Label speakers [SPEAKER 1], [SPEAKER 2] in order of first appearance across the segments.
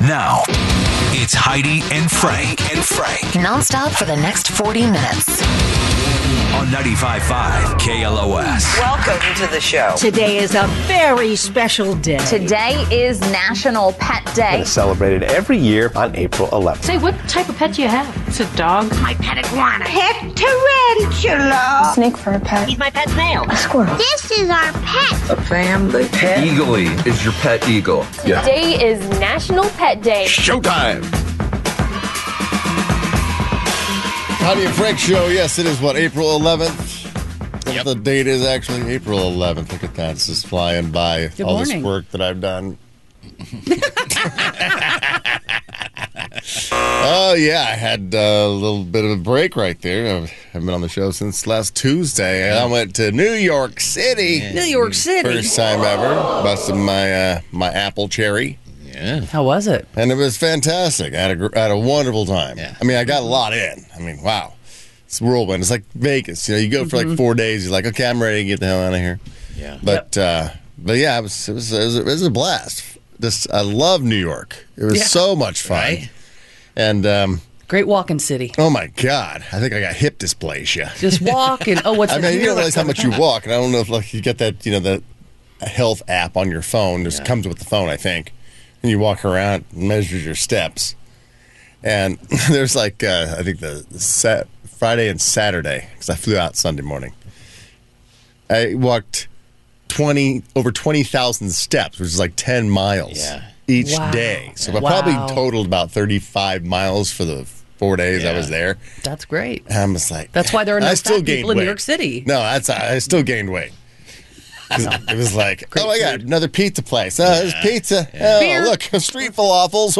[SPEAKER 1] Now, it's Heidi and Frank and Frank
[SPEAKER 2] nonstop for the next 40 minutes.
[SPEAKER 1] on 95.5 KLOS.
[SPEAKER 3] Welcome to the show.
[SPEAKER 4] Today is a very special day.
[SPEAKER 5] Today is National Pet Day.
[SPEAKER 6] is celebrated every year on April 11th.
[SPEAKER 7] Say, what type of pet do you have? It's a dog. My pet iguana. Pet tarantula.
[SPEAKER 8] Snake for a pet.
[SPEAKER 7] He's my pet snail.
[SPEAKER 9] This is our pet.
[SPEAKER 10] Eagly is your pet eagle.
[SPEAKER 5] Today is National Pet Day.
[SPEAKER 11] Howdy and Frank show. Yes, it is what April 11th. Yep. The date is actually April 11th. Look at that; it's just flying by. All this
[SPEAKER 4] morning.
[SPEAKER 11] work that I've done. Oh yeah, I had uh, a little bit of a break right there. I haven't been on the show since last Tuesday. I went to New York City,
[SPEAKER 4] New York City.
[SPEAKER 11] first time ever. Busted my uh, my apple cherry.
[SPEAKER 4] How was it?
[SPEAKER 11] and it was fantastic. I had a, gr- I had a wonderful time. I mean, I got a lot in. I mean, wow, it's a whirlwind. It's like Vegas. You know, you go for like four days. You're like, okay, I'm ready to get the hell out of here. Yeah. But uh, but yeah, it was it was it was, a, it was a blast. This I love New York. It was so much fun. And um,
[SPEAKER 4] Great walking city.
[SPEAKER 11] oh my god, I think I got hip dysplasia.
[SPEAKER 4] Just walk and oh, what's
[SPEAKER 11] I
[SPEAKER 4] the
[SPEAKER 11] mean, you don't realize how much you walk, and I don't know if like you get that, you know, the health app on your phone. Just comes with the phone, I think, and you walk around, measures your steps, and there's like uh, I think the set Friday and Saturday because I flew out Sunday morning. I walked twenty over twenty thousand steps, which is like ten miles each
[SPEAKER 4] Wow.
[SPEAKER 11] day. So I
[SPEAKER 4] Wow.
[SPEAKER 11] probably totaled about thirty-five miles for the four days I was there.
[SPEAKER 4] That's great.
[SPEAKER 11] And I'm just like,
[SPEAKER 4] That's why there are no
[SPEAKER 11] I
[SPEAKER 4] fat
[SPEAKER 11] still
[SPEAKER 4] people
[SPEAKER 11] gained
[SPEAKER 4] in New
[SPEAKER 11] weight.
[SPEAKER 4] York City.
[SPEAKER 11] No, that's I still gained weight. 'Cause It was like, oh my god, another pizza place. Oh, there's pizza. Oh,
[SPEAKER 4] Beer.
[SPEAKER 11] look, street falafels.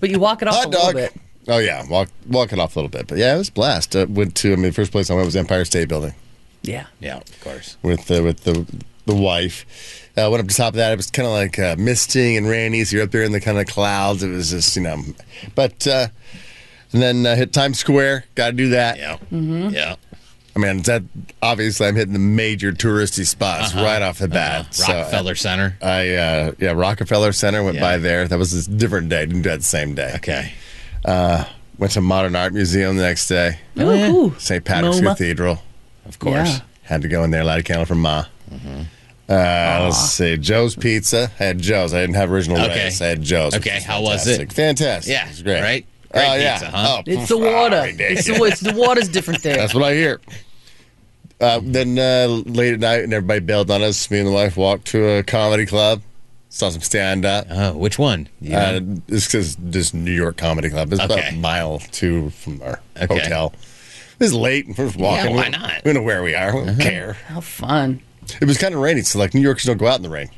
[SPEAKER 4] But you walk it off a
[SPEAKER 11] Hot
[SPEAKER 4] little
[SPEAKER 11] dog.
[SPEAKER 4] bit.
[SPEAKER 11] Oh yeah, walk walk it off a little bit. But yeah, it was a blast. Uh, went to I mean, the first place I went was Empire State Building
[SPEAKER 4] Yeah.
[SPEAKER 10] Yeah, of course.
[SPEAKER 11] with the with the the wife. Uh, went up to top of that. It was kind of like uh, misting and rainy, so you're up there in the kind of clouds. It was just you know, but uh, and then uh, hit Times Square. Got to do that.
[SPEAKER 10] Yeah. Yeah.
[SPEAKER 11] I mean, that obviously I'm hitting the major touristy spots right off the bat.
[SPEAKER 10] Uh-huh. Rockefeller Center.
[SPEAKER 11] So I, uh, yeah, Rockefeller Center went
[SPEAKER 10] Yeah.
[SPEAKER 11] by there. That was a different day. Didn't do that the same day. Uh,
[SPEAKER 10] Okay.
[SPEAKER 11] Went to Modern Art Museum the next day.
[SPEAKER 4] Oh, cool.
[SPEAKER 11] St. Patrick's
[SPEAKER 4] MoMA.
[SPEAKER 11] Cathedral.
[SPEAKER 10] Of course.
[SPEAKER 11] Had to go in there, light a candle for Ma.
[SPEAKER 10] Mm-hmm.
[SPEAKER 11] Uh, let's see. Joe's Pizza. I had Joe's. I didn't have original
[SPEAKER 10] Ah. Okay.
[SPEAKER 11] rice. I had Joe's. which
[SPEAKER 10] Okay, how was it?
[SPEAKER 11] fantastic. Fantastic.
[SPEAKER 10] Yeah,
[SPEAKER 11] It was great.
[SPEAKER 10] right? Great
[SPEAKER 11] oh, yeah.
[SPEAKER 10] pizza, huh?
[SPEAKER 11] Oh,
[SPEAKER 4] It's the water. it's,
[SPEAKER 11] ridiculous.
[SPEAKER 4] the, it's the water's different there.
[SPEAKER 11] That's what I hear. Uh, then uh, late at night, and everybody bailed on us. Me and the wife walked to a comedy club, saw some stand up.
[SPEAKER 10] Oh, which one? You
[SPEAKER 11] Uh,
[SPEAKER 10] know?
[SPEAKER 11] this is this New York comedy club. It's about
[SPEAKER 10] Okay.
[SPEAKER 11] a mile two from our
[SPEAKER 10] Okay.
[SPEAKER 11] hotel. This is late. and We're just walking.
[SPEAKER 10] why
[SPEAKER 11] We-
[SPEAKER 10] not? Uh-huh.
[SPEAKER 11] We know where we are. We don't care.
[SPEAKER 4] How fun.
[SPEAKER 11] It was kind of rainy, so like New Yorkers don't go out in the rain. I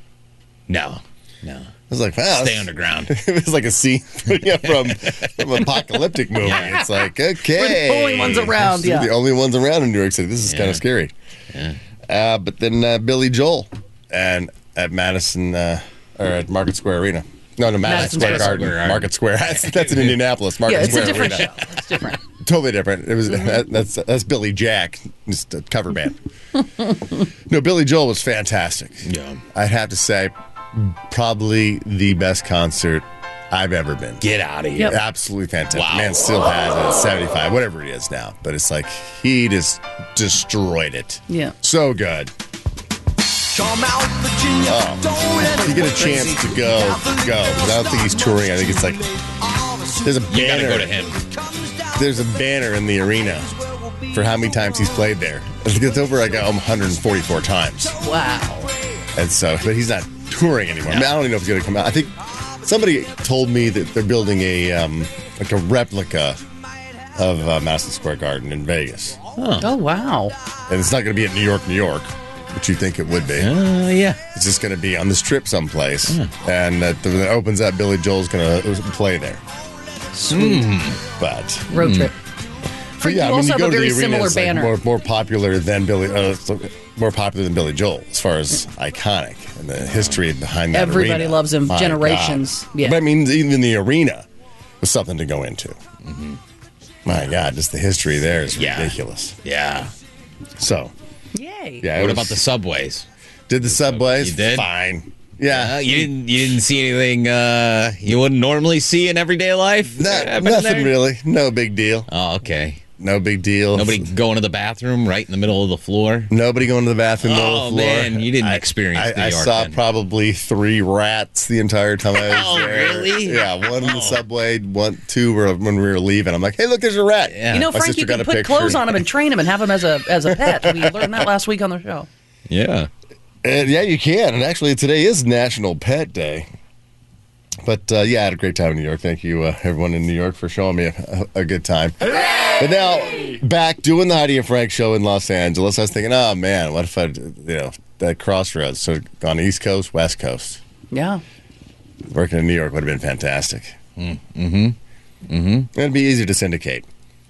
[SPEAKER 10] no. No.
[SPEAKER 11] was like, wow,
[SPEAKER 10] Stay
[SPEAKER 11] this-
[SPEAKER 10] underground.
[SPEAKER 11] It was like a scene yeah, from from an apocalyptic movie. It's like okay,
[SPEAKER 4] only ones around,
[SPEAKER 11] We're
[SPEAKER 4] yeah.
[SPEAKER 11] the only ones around in New York City. This is kind of scary. Uh, but then uh, Billy Joel and at Madison uh, or at Market Square Arena. No, no, Madison,
[SPEAKER 4] Madison
[SPEAKER 11] Square,
[SPEAKER 4] Square
[SPEAKER 11] Garden,
[SPEAKER 10] Garden.
[SPEAKER 11] Market Square. That's, that's in Indianapolis. Market
[SPEAKER 4] Yeah, it's
[SPEAKER 11] Square
[SPEAKER 4] a different
[SPEAKER 11] Arena.
[SPEAKER 4] show. It's different.
[SPEAKER 11] Totally different. It was that, that's that's Billy Jack, just a cover band. no, Billy Joel was fantastic.
[SPEAKER 10] Yeah.
[SPEAKER 11] I'd have to say, probably the best concert I've ever been.
[SPEAKER 10] Get out of here.
[SPEAKER 4] Yep.
[SPEAKER 11] Absolutely fantastic.
[SPEAKER 10] Wow.
[SPEAKER 11] Man still has it at 75, whatever it is now. But it's like he just destroyed it.
[SPEAKER 4] Yeah.
[SPEAKER 11] So good. If you get a chance to go, go. 'Cause I don't think he's touring. I think it's like there's a banner.
[SPEAKER 10] You got to go to him.
[SPEAKER 11] There's a banner in the arena for how many times he's played there. I think it's over like um, 144 times.
[SPEAKER 4] Wow.
[SPEAKER 11] And so, but he's not touring anymore. I, mean, I don't even know if he's going to come out. I think somebody told me that they're building a um, like a replica of uh, Madison Square Garden in Vegas,
[SPEAKER 4] Oh, wow.
[SPEAKER 11] and it's not going to be in New York, New York, which you think it would be.
[SPEAKER 10] Oh, yeah. Hmm.
[SPEAKER 11] It's just going to be on this trip someplace, and that when it opens up, Billy Joel's going to play there.
[SPEAKER 4] Sweet.
[SPEAKER 11] But
[SPEAKER 4] Road trip.
[SPEAKER 11] Hmm. But
[SPEAKER 4] you also have a very similar
[SPEAKER 11] it's like
[SPEAKER 4] banner.
[SPEAKER 11] more, more popular than Billy, uh, it's more popular than Billy Joel as far as iconic and the history behind that.
[SPEAKER 4] Everybody
[SPEAKER 11] arena.
[SPEAKER 4] loves him,
[SPEAKER 11] My
[SPEAKER 4] generations.
[SPEAKER 11] God.
[SPEAKER 4] Yeah.
[SPEAKER 11] but I mean, even the arena was something to go into. My God, just the history there is
[SPEAKER 10] Mm-hmm. Yeah.
[SPEAKER 11] ridiculous.
[SPEAKER 10] Yeah.
[SPEAKER 11] So,
[SPEAKER 4] Yay.
[SPEAKER 11] yeah, it
[SPEAKER 10] What
[SPEAKER 11] was-
[SPEAKER 10] about the subways?
[SPEAKER 11] did the subways?
[SPEAKER 10] You did?
[SPEAKER 11] Fine, Yeah.
[SPEAKER 10] Uh, you didn't you didn't see anything uh, you wouldn't normally see in everyday life?
[SPEAKER 11] Not-
[SPEAKER 10] that happened
[SPEAKER 11] nothing
[SPEAKER 10] there?
[SPEAKER 11] really. No big deal.
[SPEAKER 10] Oh, okay.
[SPEAKER 11] No big deal.
[SPEAKER 10] Nobody going to the bathroom right in the middle of the floor.
[SPEAKER 11] Nobody going to the bathroom. middle
[SPEAKER 10] Oh,
[SPEAKER 11] of the floor.
[SPEAKER 10] man, you didn't experience
[SPEAKER 11] I,
[SPEAKER 10] New
[SPEAKER 11] I
[SPEAKER 10] York
[SPEAKER 11] saw
[SPEAKER 10] then.
[SPEAKER 11] probably three rats the entire time I was
[SPEAKER 10] Oh,
[SPEAKER 11] there.
[SPEAKER 10] really? Oh.
[SPEAKER 11] Yeah, one in the subway, one two were when we were leaving. I'm like, hey, look, there's a rat.
[SPEAKER 10] Yeah.
[SPEAKER 4] You know,
[SPEAKER 11] My
[SPEAKER 4] Frank,
[SPEAKER 11] sister
[SPEAKER 4] you
[SPEAKER 11] got
[SPEAKER 4] can
[SPEAKER 11] a
[SPEAKER 4] put
[SPEAKER 11] picture.
[SPEAKER 4] clothes on him and train him and have him as a as a pet. We learned that last week on the show.
[SPEAKER 10] Yeah.
[SPEAKER 11] And yeah, you can. And actually, today is National Pet Day. But uh, yeah, I had a great time in New York. Thank you, uh, everyone in New York, for showing me a, a good time. But now, back doing the Heidi and Frank show in Los Angeles, I was thinking, oh man, what if I, you know, that crossroads, so on East Coast, West Coast,
[SPEAKER 4] Yeah.
[SPEAKER 11] working in New York would have been fantastic. Mm-hmm. Mm-hmm. It'd be easy to syndicate.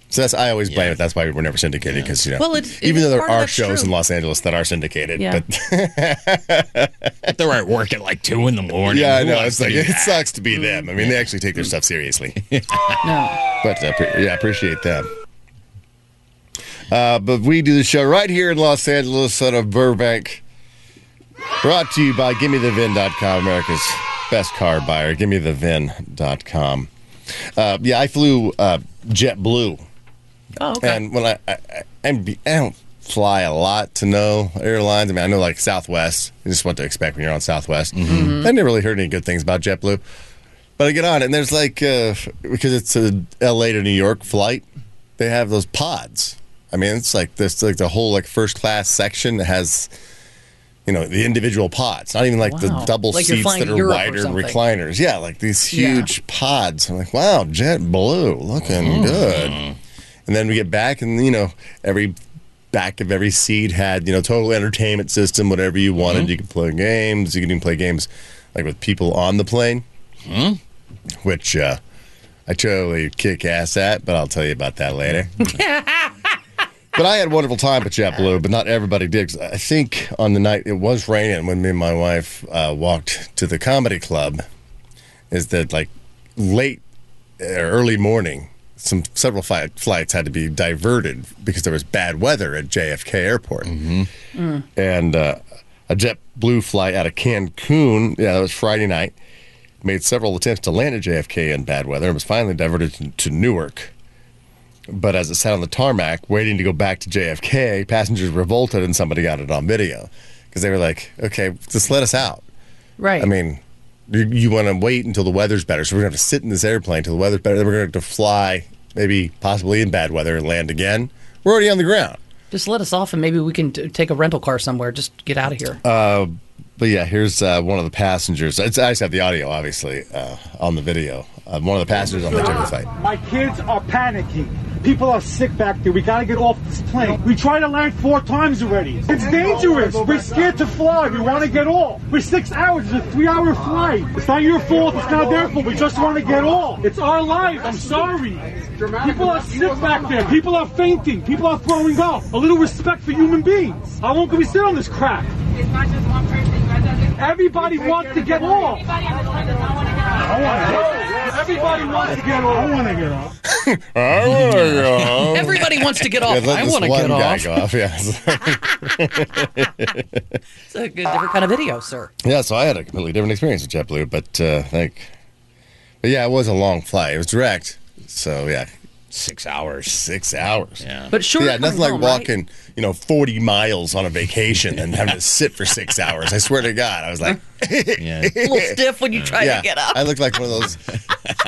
[SPEAKER 11] So that's I always blame it. That's why we're never syndicated because you know,
[SPEAKER 4] Well, it's-
[SPEAKER 11] even
[SPEAKER 4] it's
[SPEAKER 11] though there
[SPEAKER 4] part of
[SPEAKER 11] are
[SPEAKER 4] that's
[SPEAKER 11] shows
[SPEAKER 4] true.
[SPEAKER 11] in Los Angeles that are syndicated,
[SPEAKER 4] Yeah.
[SPEAKER 11] but
[SPEAKER 10] But they're at work at like two in the morning.
[SPEAKER 11] Yeah, I
[SPEAKER 10] Who
[SPEAKER 11] know.
[SPEAKER 10] wants
[SPEAKER 11] It's
[SPEAKER 10] to
[SPEAKER 11] like
[SPEAKER 10] do
[SPEAKER 11] it
[SPEAKER 10] that?
[SPEAKER 11] sucks to be them. I mean, they actually take their stuff seriously.
[SPEAKER 4] No.
[SPEAKER 11] But uh, pre- yeah, I appreciate them. Uh, but we do the show right here in Los Angeles, out of Burbank. Brought to you by GimmeTheVin.com, America's best car buyer. GimmeTheVin.com. Uh, yeah, I flew uh, JetBlue,
[SPEAKER 4] Oh, okay.
[SPEAKER 11] and when I I, I, I'm be- I don't fly a lot to know airlines. I mean, I know like Southwest. You just what to expect when you're on Southwest.
[SPEAKER 4] Mm-hmm.
[SPEAKER 11] I never really heard any good things about JetBlue. But I get on, it, and there's like uh, because it's a L.A. to New York flight, they have those pods. I mean, it's like this like the whole like first class section that has, you know, the individual pods. Not even like
[SPEAKER 4] Wow.
[SPEAKER 11] the double
[SPEAKER 4] Like you're
[SPEAKER 11] seats
[SPEAKER 4] flying
[SPEAKER 11] that are
[SPEAKER 4] Europe or
[SPEAKER 11] wider and
[SPEAKER 4] something.
[SPEAKER 11] recliners. Yeah, like these
[SPEAKER 4] Yeah.
[SPEAKER 11] huge pods. I'm like, wow, JetBlue looking good. And then we get back, and you know, every back of every seat had you know total entertainment system, whatever you wanted. You could play games. You could even play games like with people on the plane, which uh, I totally kick ass at. But I'll tell you about that later. But I had a wonderful time at JetBlue, but not everybody did. 'cause I think on the night it was raining when me and my wife uh, walked to the comedy club. Is that like late uh, early morning? Some several fi- flights had to be diverted because there was bad weather at JFK Airport, and uh, a JetBlue flight out of Cancun. Yeah, that was Friday night. Made several attempts to land at JFK in bad weather and was finally diverted to, to Newark. But as it sat on the tarmac, waiting to go back to JFK, passengers revolted and somebody got it on video because they were like, okay, just let us out.
[SPEAKER 4] Right.
[SPEAKER 11] I mean, you, you want to wait until the weather's better. So we're going to have to sit in this airplane until the weather's better. Then we're going to fly, maybe possibly in bad weather, and land again. We're already on the ground.
[SPEAKER 4] just let us off, and maybe we can t- take a rental car somewhere. Just get out of here.
[SPEAKER 11] Oh. But yeah, here's uh, one of the passengers. It's, I just have the audio, obviously, uh, on the video. Uh, one of the passengers on the different flight.
[SPEAKER 3] My kids are panicking. People are sick back there. We gotta get off this plane. We tried to land four times already. It's dangerous. We're scared to fly. We want to get off. We're six hours. It's a three-hour flight. It's not your fault. It's not their fault. We just want to get off. It's our lives. I'm sorry. People are sick back there. People are fainting. People are throwing up. A little respect for human beings. How long can we sit on this crap? Everybody wants to get off. Everybody wants to get off. I want to get off.
[SPEAKER 4] Everybody wants to get off.
[SPEAKER 11] Yeah, let
[SPEAKER 4] I
[SPEAKER 11] this
[SPEAKER 4] want to get
[SPEAKER 11] one guy
[SPEAKER 4] off.
[SPEAKER 11] go off. Yeah.
[SPEAKER 4] It's a good, different kind of video, sir.
[SPEAKER 11] Yeah, so I had a completely different experience with JetBlue, but uh, like, but yeah, it was a long flight. It was direct, so yeah,
[SPEAKER 10] Six hours.
[SPEAKER 11] six hours.
[SPEAKER 10] Yeah.
[SPEAKER 4] But sure,
[SPEAKER 11] yeah, nothing like
[SPEAKER 4] home, right?
[SPEAKER 11] walking, you know, forty miles on a vacation and having to sit for six hours. I swear to God, I was like,
[SPEAKER 10] Yeah.
[SPEAKER 4] A little stiff when you try
[SPEAKER 11] yeah,
[SPEAKER 4] to get up.
[SPEAKER 11] I looked like one of those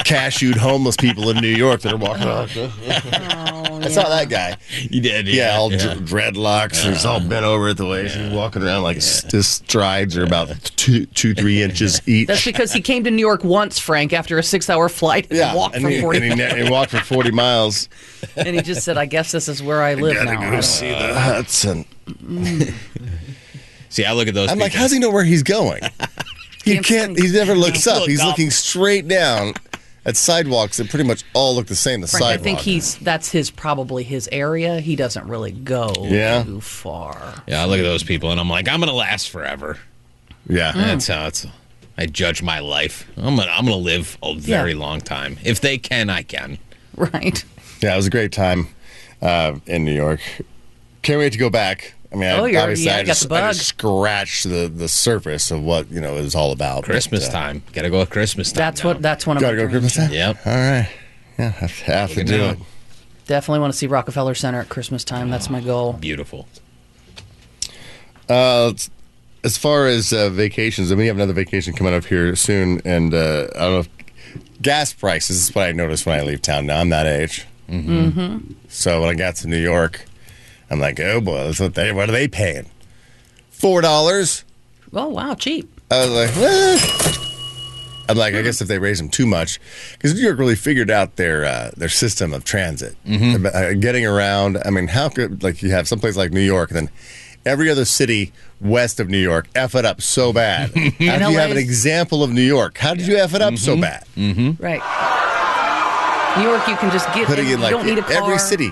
[SPEAKER 11] cashewed homeless people in New York that are walking. around. I saw that guy.
[SPEAKER 10] You did.
[SPEAKER 11] Yeah, all dr- dreadlocks. He's all bent over at the waist. He's walking around like s- his strides are about two, two, three inches each.
[SPEAKER 4] That's because he came to New York once, Frank, after a six-hour flight and
[SPEAKER 11] yeah,
[SPEAKER 4] walked
[SPEAKER 11] and
[SPEAKER 4] for
[SPEAKER 11] he,
[SPEAKER 4] forty,
[SPEAKER 11] and he, ne- he walked for forty miles.
[SPEAKER 4] and he just said, "I guess this is where I live
[SPEAKER 11] Gotta
[SPEAKER 4] now." I
[SPEAKER 11] go
[SPEAKER 4] don't-
[SPEAKER 11] see the Hudson.
[SPEAKER 10] See, I look at those.
[SPEAKER 11] I'm like,
[SPEAKER 10] people.
[SPEAKER 11] how does he know where he's going? He can't. He never looks up.
[SPEAKER 10] Look
[SPEAKER 11] He's
[SPEAKER 10] up.
[SPEAKER 11] looking straight down at sidewalks that pretty much all look the same. The
[SPEAKER 4] Frank, I
[SPEAKER 11] sidewalk.
[SPEAKER 4] think he's that's his probably his area. He doesn't really go
[SPEAKER 11] Yeah.
[SPEAKER 4] too far.
[SPEAKER 10] Yeah, I look at those people and I'm like, I'm gonna last forever.
[SPEAKER 11] Yeah.
[SPEAKER 10] That's how it's. I judge my life. I'm gonna. I'm gonna live a very long time. If they can, I can.
[SPEAKER 4] Right.
[SPEAKER 11] Yeah. It was a great time uh, in New York. Can't wait to go back. I mean,
[SPEAKER 4] Oh,
[SPEAKER 11] I,
[SPEAKER 4] you're-
[SPEAKER 11] obviously,
[SPEAKER 4] yeah,
[SPEAKER 11] I
[SPEAKER 4] you got
[SPEAKER 11] just,
[SPEAKER 4] the
[SPEAKER 11] I
[SPEAKER 4] bug.
[SPEAKER 11] just scratched the, the surface of what you know it was all about.
[SPEAKER 10] Christmas
[SPEAKER 11] but, uh,
[SPEAKER 10] time. Got to go with Christmas time.
[SPEAKER 4] That's
[SPEAKER 10] now.
[SPEAKER 4] what. That's one of my.
[SPEAKER 11] Gotta go
[SPEAKER 4] dreams.
[SPEAKER 11] Christmas time.
[SPEAKER 10] Yep.
[SPEAKER 11] All right. Yeah, I have to
[SPEAKER 10] at
[SPEAKER 11] do
[SPEAKER 10] now.
[SPEAKER 11] it.
[SPEAKER 4] Definitely want to see Rockefeller Center at Christmas time. That's my goal.
[SPEAKER 10] Beautiful.
[SPEAKER 11] Uh, as far as uh, vacations, and we have another vacation coming up here soon, and uh, I don't know. If, gas prices is what I notice when I leave town. Now I'm that age, mm-hmm. so when I got to New York, I'm like, oh boy, that's what they what are they paying? Four dollars.
[SPEAKER 4] Oh wow, cheap.
[SPEAKER 11] I was like, "Eh." I'm like, I guess if they raise them too much, because New York really figured out their uh, their system of transit, About, uh, getting around. I mean, how could like you have someplace like New York, and then every other city west of New York f it up so bad? how do you
[SPEAKER 4] And
[SPEAKER 11] have an
[SPEAKER 4] LA's
[SPEAKER 11] example of New York? How did you f it up so bad?
[SPEAKER 4] Right. New York, you can just get.
[SPEAKER 11] Putting
[SPEAKER 4] you
[SPEAKER 11] in like
[SPEAKER 4] don't need a car.
[SPEAKER 11] every city,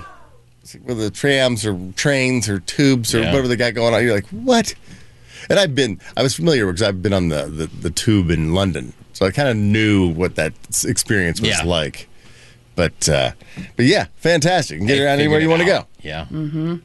[SPEAKER 11] It's like, whether trams or trains or tubes or
[SPEAKER 10] Yeah.
[SPEAKER 11] whatever they got going on, you're like, what? And I've been, I was familiar because I've been on the, the, the tube in London. So I kind of knew what that s- experience was
[SPEAKER 10] Yeah.
[SPEAKER 11] like. But, uh, but yeah, fantastic. You can get
[SPEAKER 10] They
[SPEAKER 11] around anywhere
[SPEAKER 10] figured
[SPEAKER 11] you
[SPEAKER 10] it
[SPEAKER 11] want to go.
[SPEAKER 10] out. Yeah.
[SPEAKER 4] Mm-hmm.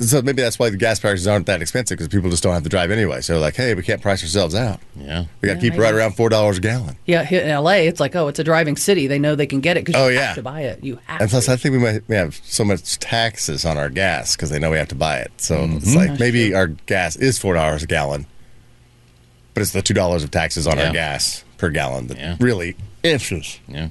[SPEAKER 11] So maybe that's why the gas prices aren't that expensive because people just don't have to drive anyway. So like, hey, we can't price ourselves out.
[SPEAKER 10] Yeah.
[SPEAKER 11] We got to keep it
[SPEAKER 4] maybe.
[SPEAKER 11] right around $4 a gallon.
[SPEAKER 4] Yeah, here in LA, it's like, oh, it's a driving city. They know they can get it because
[SPEAKER 11] Oh,
[SPEAKER 4] you
[SPEAKER 11] yeah.
[SPEAKER 4] have to buy it. You have
[SPEAKER 11] And plus,
[SPEAKER 4] to.
[SPEAKER 11] I think we might we have so much taxes on our gas because they know we have to buy it. So it's
[SPEAKER 10] Mm-hmm.
[SPEAKER 11] like maybe our gas is four dollars a gallon, but it's the two dollars of taxes on
[SPEAKER 10] Yeah.
[SPEAKER 11] our gas per gallon that
[SPEAKER 10] Yeah.
[SPEAKER 11] really issues.
[SPEAKER 10] Yeah.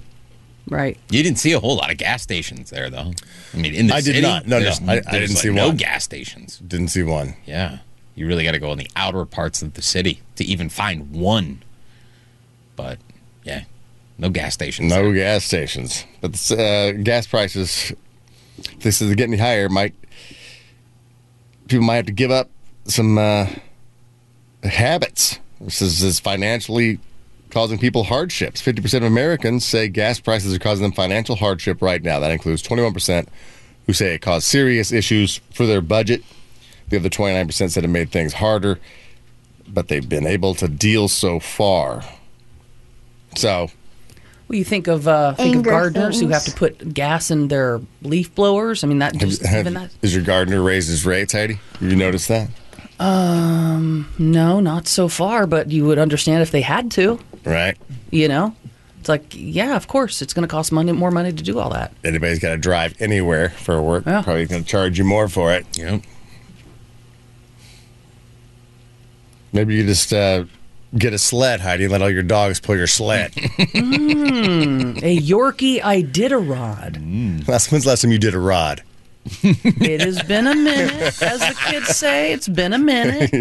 [SPEAKER 4] right.
[SPEAKER 10] You didn't see a whole lot of gas stations there, though. I mean, in the
[SPEAKER 11] I did
[SPEAKER 10] city,
[SPEAKER 11] not. No, no.
[SPEAKER 10] there's-
[SPEAKER 11] I- I
[SPEAKER 10] there's,
[SPEAKER 11] didn't
[SPEAKER 10] like,
[SPEAKER 11] see
[SPEAKER 10] no
[SPEAKER 11] one.
[SPEAKER 10] gas stations.
[SPEAKER 11] Didn't see one.
[SPEAKER 10] Yeah, you really got to go in the outer parts of the city to even find one. But yeah, no gas stations.
[SPEAKER 11] No
[SPEAKER 10] there.
[SPEAKER 11] gas stations, but this, uh, gas prices. If this is getting higher. Might people might have to give up some uh, habits. This is, is financially causing people hardships. Fifty percent of Americans say gas prices are causing them financial hardship right now. That includes twenty-one percent who say it caused serious issues for their budget. The other twenty-nine percent said it made things harder, but they've been able to deal so far. So
[SPEAKER 4] Well, you think of uh, think of
[SPEAKER 9] Anger
[SPEAKER 4] gardeners who have
[SPEAKER 9] things.
[SPEAKER 4] to put gas in their leaf blowers. I mean, that
[SPEAKER 11] Have-
[SPEAKER 4] just
[SPEAKER 11] have-
[SPEAKER 4] even that.
[SPEAKER 11] Is your gardener raised his rates, Heidi? You noticed that?
[SPEAKER 4] No, not so far. But you would understand if they had to.
[SPEAKER 11] Right?
[SPEAKER 4] You know, it's like, yeah, of course, it's going to cost money, more money to do all that.
[SPEAKER 11] Anybody's got to drive anywhere for work.
[SPEAKER 4] Yeah.
[SPEAKER 11] Probably going to charge you more for it.
[SPEAKER 10] Yep.
[SPEAKER 11] Maybe you just uh, get a sled, Heidi, and let all your dogs pull your sled.
[SPEAKER 4] A Yorkie Iditarod.
[SPEAKER 11] last, when's the last time you did a rod?
[SPEAKER 4] It has been a minute, as the kids say. It's been a minute.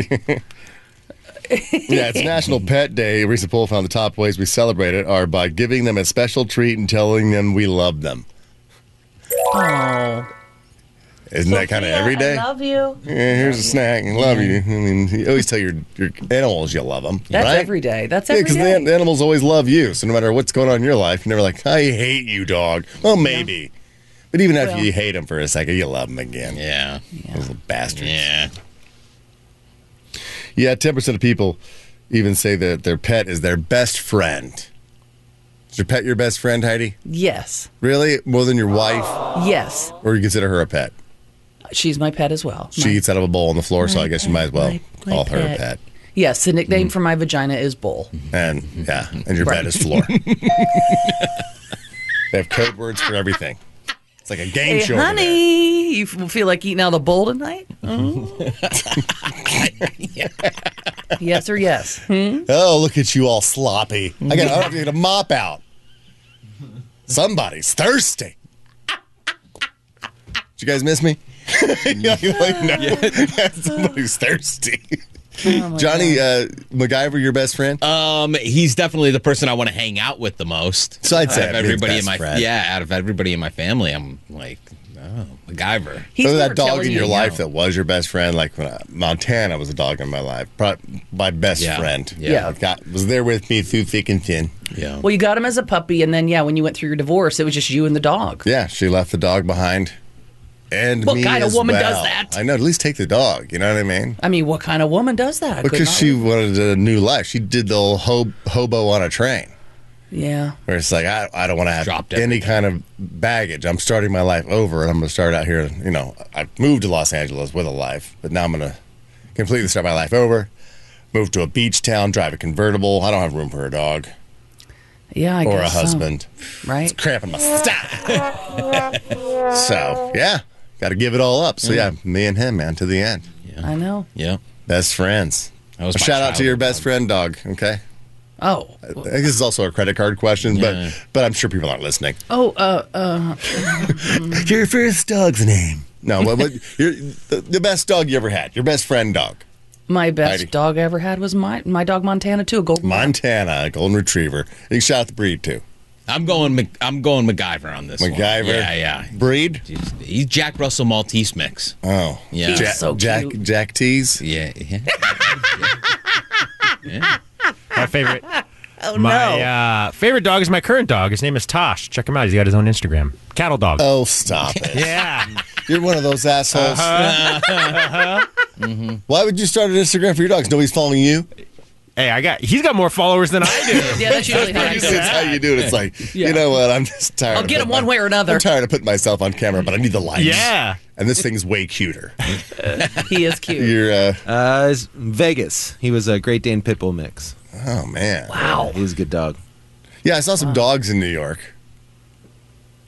[SPEAKER 11] Yeah, it's National Pet Day. A recent poll found the top ways we celebrate it are by giving them a special treat and telling them we love them.
[SPEAKER 4] Oh,
[SPEAKER 11] Isn't that kind of every day?
[SPEAKER 7] love you.
[SPEAKER 11] Yeah, here's a snack. I love you. I mean, you always tell your, your animals you love them.
[SPEAKER 4] that's
[SPEAKER 11] right?
[SPEAKER 4] every day. That's
[SPEAKER 11] Yeah,
[SPEAKER 4] every
[SPEAKER 11] because
[SPEAKER 4] day.
[SPEAKER 11] the an- animals always love you. So no matter what's going on in your life, you're never like, I hate you, dog. Well, maybe. But even after
[SPEAKER 4] Well-
[SPEAKER 11] you hate them for a second, you love them again.
[SPEAKER 10] Yeah.
[SPEAKER 11] Those little bastards.
[SPEAKER 10] Yeah.
[SPEAKER 11] Yeah, 10% of people even say that their pet is their best friend. Is your pet your best friend, Heidi?
[SPEAKER 4] yes,
[SPEAKER 11] Really? More than your
[SPEAKER 4] Oh.
[SPEAKER 11] wife?
[SPEAKER 4] yes,
[SPEAKER 11] Or you consider her a pet?
[SPEAKER 4] she's my pet as well.
[SPEAKER 11] She
[SPEAKER 4] My-
[SPEAKER 11] eats out of a bowl on the floor, so I guess you might as well
[SPEAKER 4] my- my
[SPEAKER 11] call her a
[SPEAKER 4] pet.
[SPEAKER 11] pet.
[SPEAKER 4] Yes, the
[SPEAKER 11] Mm.
[SPEAKER 4] nickname for my vagina is Bull.
[SPEAKER 11] And yeah, and your
[SPEAKER 4] Right.
[SPEAKER 11] bed is floor. they have code words for everything. It's like a game
[SPEAKER 4] Hey,
[SPEAKER 11] show. over there.
[SPEAKER 4] honey, you f- feel like eating out of the bowl tonight?
[SPEAKER 11] Mm-hmm.
[SPEAKER 4] Mm. yes or yes?
[SPEAKER 11] Oh, look at you all sloppy. I got I have to get a mop out. Somebody's thirsty. Did you guys miss me? Yeah, you're like, no. Yeah, somebody's thirsty.
[SPEAKER 4] Oh,
[SPEAKER 11] Johnny uh, MacGyver, your best friend?
[SPEAKER 10] Um, he's definitely the person I want to hang out with the most.
[SPEAKER 11] So I'd say
[SPEAKER 10] Out of
[SPEAKER 11] I'd be his
[SPEAKER 10] everybody in
[SPEAKER 11] best
[SPEAKER 10] my
[SPEAKER 11] friend.
[SPEAKER 10] yeah, out of everybody in my family, I'm like, oh, MacGyver.
[SPEAKER 4] He's
[SPEAKER 11] so
[SPEAKER 4] never
[SPEAKER 11] that dog
[SPEAKER 4] telling
[SPEAKER 11] in
[SPEAKER 4] you
[SPEAKER 11] your life
[SPEAKER 4] no.
[SPEAKER 11] that was your best friend, like when I, Montana was a dog in my life, Pro- my best
[SPEAKER 10] Yeah.
[SPEAKER 11] friend.
[SPEAKER 10] Yeah.
[SPEAKER 11] Got, was there with me through thick and thin.
[SPEAKER 10] Yeah.
[SPEAKER 4] Well, you got him as a puppy, and then yeah, when you went through your divorce, it was just you and the dog.
[SPEAKER 11] Yeah, she left the dog behind. And
[SPEAKER 4] What
[SPEAKER 11] me
[SPEAKER 4] kind of
[SPEAKER 11] as
[SPEAKER 4] woman does
[SPEAKER 11] well.
[SPEAKER 4] that?
[SPEAKER 11] I know. At least take the dog. You know what I mean?
[SPEAKER 4] I mean, what kind of woman does that? I could
[SPEAKER 11] Because
[SPEAKER 4] not-
[SPEAKER 11] she wanted a new life. She did the old hob- hobo on a train.
[SPEAKER 4] Yeah.
[SPEAKER 11] where it's like I, I don't want to have
[SPEAKER 10] Dropped
[SPEAKER 11] any
[SPEAKER 10] everything.
[SPEAKER 11] kind of baggage. I'm starting my life over, and I'm going to start out here. You know, I moved to Los Angeles with a life, but now I'm going to completely start my life over. Move to a beach town, drive a convertible. I don't have room for a dog
[SPEAKER 4] Yeah. I
[SPEAKER 11] or a
[SPEAKER 4] guess so.
[SPEAKER 11] husband.
[SPEAKER 4] Right.
[SPEAKER 11] Cramping my style. so yeah, got to give it all up. So yeah, me and him, man, to the end,
[SPEAKER 4] I know.
[SPEAKER 10] Yeah.
[SPEAKER 11] best friends.
[SPEAKER 10] That was my
[SPEAKER 11] Shout out to your
[SPEAKER 10] childhood
[SPEAKER 11] best
[SPEAKER 10] dog.
[SPEAKER 11] friend, dog. Okay,
[SPEAKER 4] Oh.
[SPEAKER 11] I think this is also a credit card question,
[SPEAKER 10] Yeah.
[SPEAKER 11] but but I'm sure people aren't listening.
[SPEAKER 4] Oh. Uh. Uh.
[SPEAKER 11] Your first dog's name. No, what, what your, the, the best dog you ever had? Your best friend dog.
[SPEAKER 4] My best
[SPEAKER 11] Heidi.
[SPEAKER 4] dog I ever had was my my dog Montana too. A golden.
[SPEAKER 11] Montana, a golden retriever. You can shout out the breed too.
[SPEAKER 10] I'm going. Mac- I'm going MacGyver on this. one.
[SPEAKER 11] MacGyver.
[SPEAKER 10] Yeah, yeah.
[SPEAKER 11] Breed?
[SPEAKER 10] He's, he's Jack Russell Maltese mix.
[SPEAKER 11] Oh.
[SPEAKER 10] Yeah.
[SPEAKER 11] Jack,
[SPEAKER 4] so
[SPEAKER 11] Jack,
[SPEAKER 4] cute.
[SPEAKER 11] Jack T's.
[SPEAKER 10] Yeah. yeah.
[SPEAKER 8] My favorite. Oh, my uh, favorite dog is my current dog. His name is Tosh. Check him out. He's got his own Instagram. Cattle dog.
[SPEAKER 11] Oh, stop it.
[SPEAKER 8] Yeah.
[SPEAKER 11] You're one of those assholes.
[SPEAKER 8] Uh-huh.
[SPEAKER 11] Uh-huh. Mm-hmm. Why would you start an Instagram for your dogs? Nobody's following you?
[SPEAKER 8] hey, I got. He's got more followers than I do.
[SPEAKER 4] Yeah, that's usually how I
[SPEAKER 11] That's
[SPEAKER 4] do it.
[SPEAKER 11] how you do it. It's like,
[SPEAKER 4] Yeah.
[SPEAKER 11] you know what? I'm just tired.
[SPEAKER 4] I'll
[SPEAKER 11] of
[SPEAKER 4] get
[SPEAKER 11] putting
[SPEAKER 4] him one
[SPEAKER 11] my-
[SPEAKER 4] way or another.
[SPEAKER 11] I'm tired of putting myself on camera, but I need the likes.
[SPEAKER 8] Yeah.
[SPEAKER 11] And this thing's way cuter.
[SPEAKER 4] He is cute.
[SPEAKER 11] You're, uh,
[SPEAKER 12] Uh, it's Vegas. He was a Great Dane Pitbull mix.
[SPEAKER 11] oh, man.
[SPEAKER 12] Wow. He was a good dog.
[SPEAKER 11] Yeah, I saw some dogs in New York.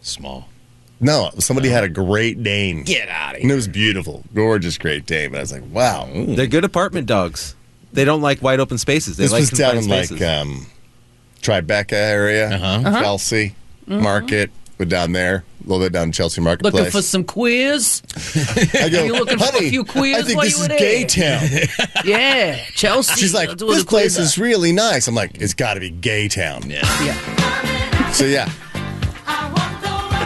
[SPEAKER 10] Small.
[SPEAKER 11] No, somebody had a Great Dane.
[SPEAKER 10] Get out of
[SPEAKER 11] And
[SPEAKER 10] here.
[SPEAKER 11] it was beautiful, gorgeous Great Dane. But I was like, wow.
[SPEAKER 12] They're good apartment dogs. They don't like wide open spaces. They
[SPEAKER 11] this
[SPEAKER 12] like
[SPEAKER 11] was down
[SPEAKER 12] confined
[SPEAKER 11] in like
[SPEAKER 12] spaces. Uh-huh.
[SPEAKER 11] um, Tribeca area,
[SPEAKER 4] Uh-huh.
[SPEAKER 11] Chelsea Market. But down there, a little bit down in Chelsea
[SPEAKER 4] Mm-hmm. Looking
[SPEAKER 11] Marketplace.
[SPEAKER 4] for some queers?
[SPEAKER 11] I go,
[SPEAKER 4] you looking for a
[SPEAKER 11] honey,
[SPEAKER 4] few queers
[SPEAKER 11] I think
[SPEAKER 4] while
[SPEAKER 11] this
[SPEAKER 4] you
[SPEAKER 11] is
[SPEAKER 4] were
[SPEAKER 11] gay
[SPEAKER 4] there?"
[SPEAKER 11] town.
[SPEAKER 4] Yeah, Chelsea.
[SPEAKER 11] She's like,
[SPEAKER 4] That's what
[SPEAKER 11] this
[SPEAKER 4] the queers
[SPEAKER 11] place is really nice. I'm like, it's got to be gay town.
[SPEAKER 10] Yeah.
[SPEAKER 4] are. Yeah.
[SPEAKER 11] So yeah,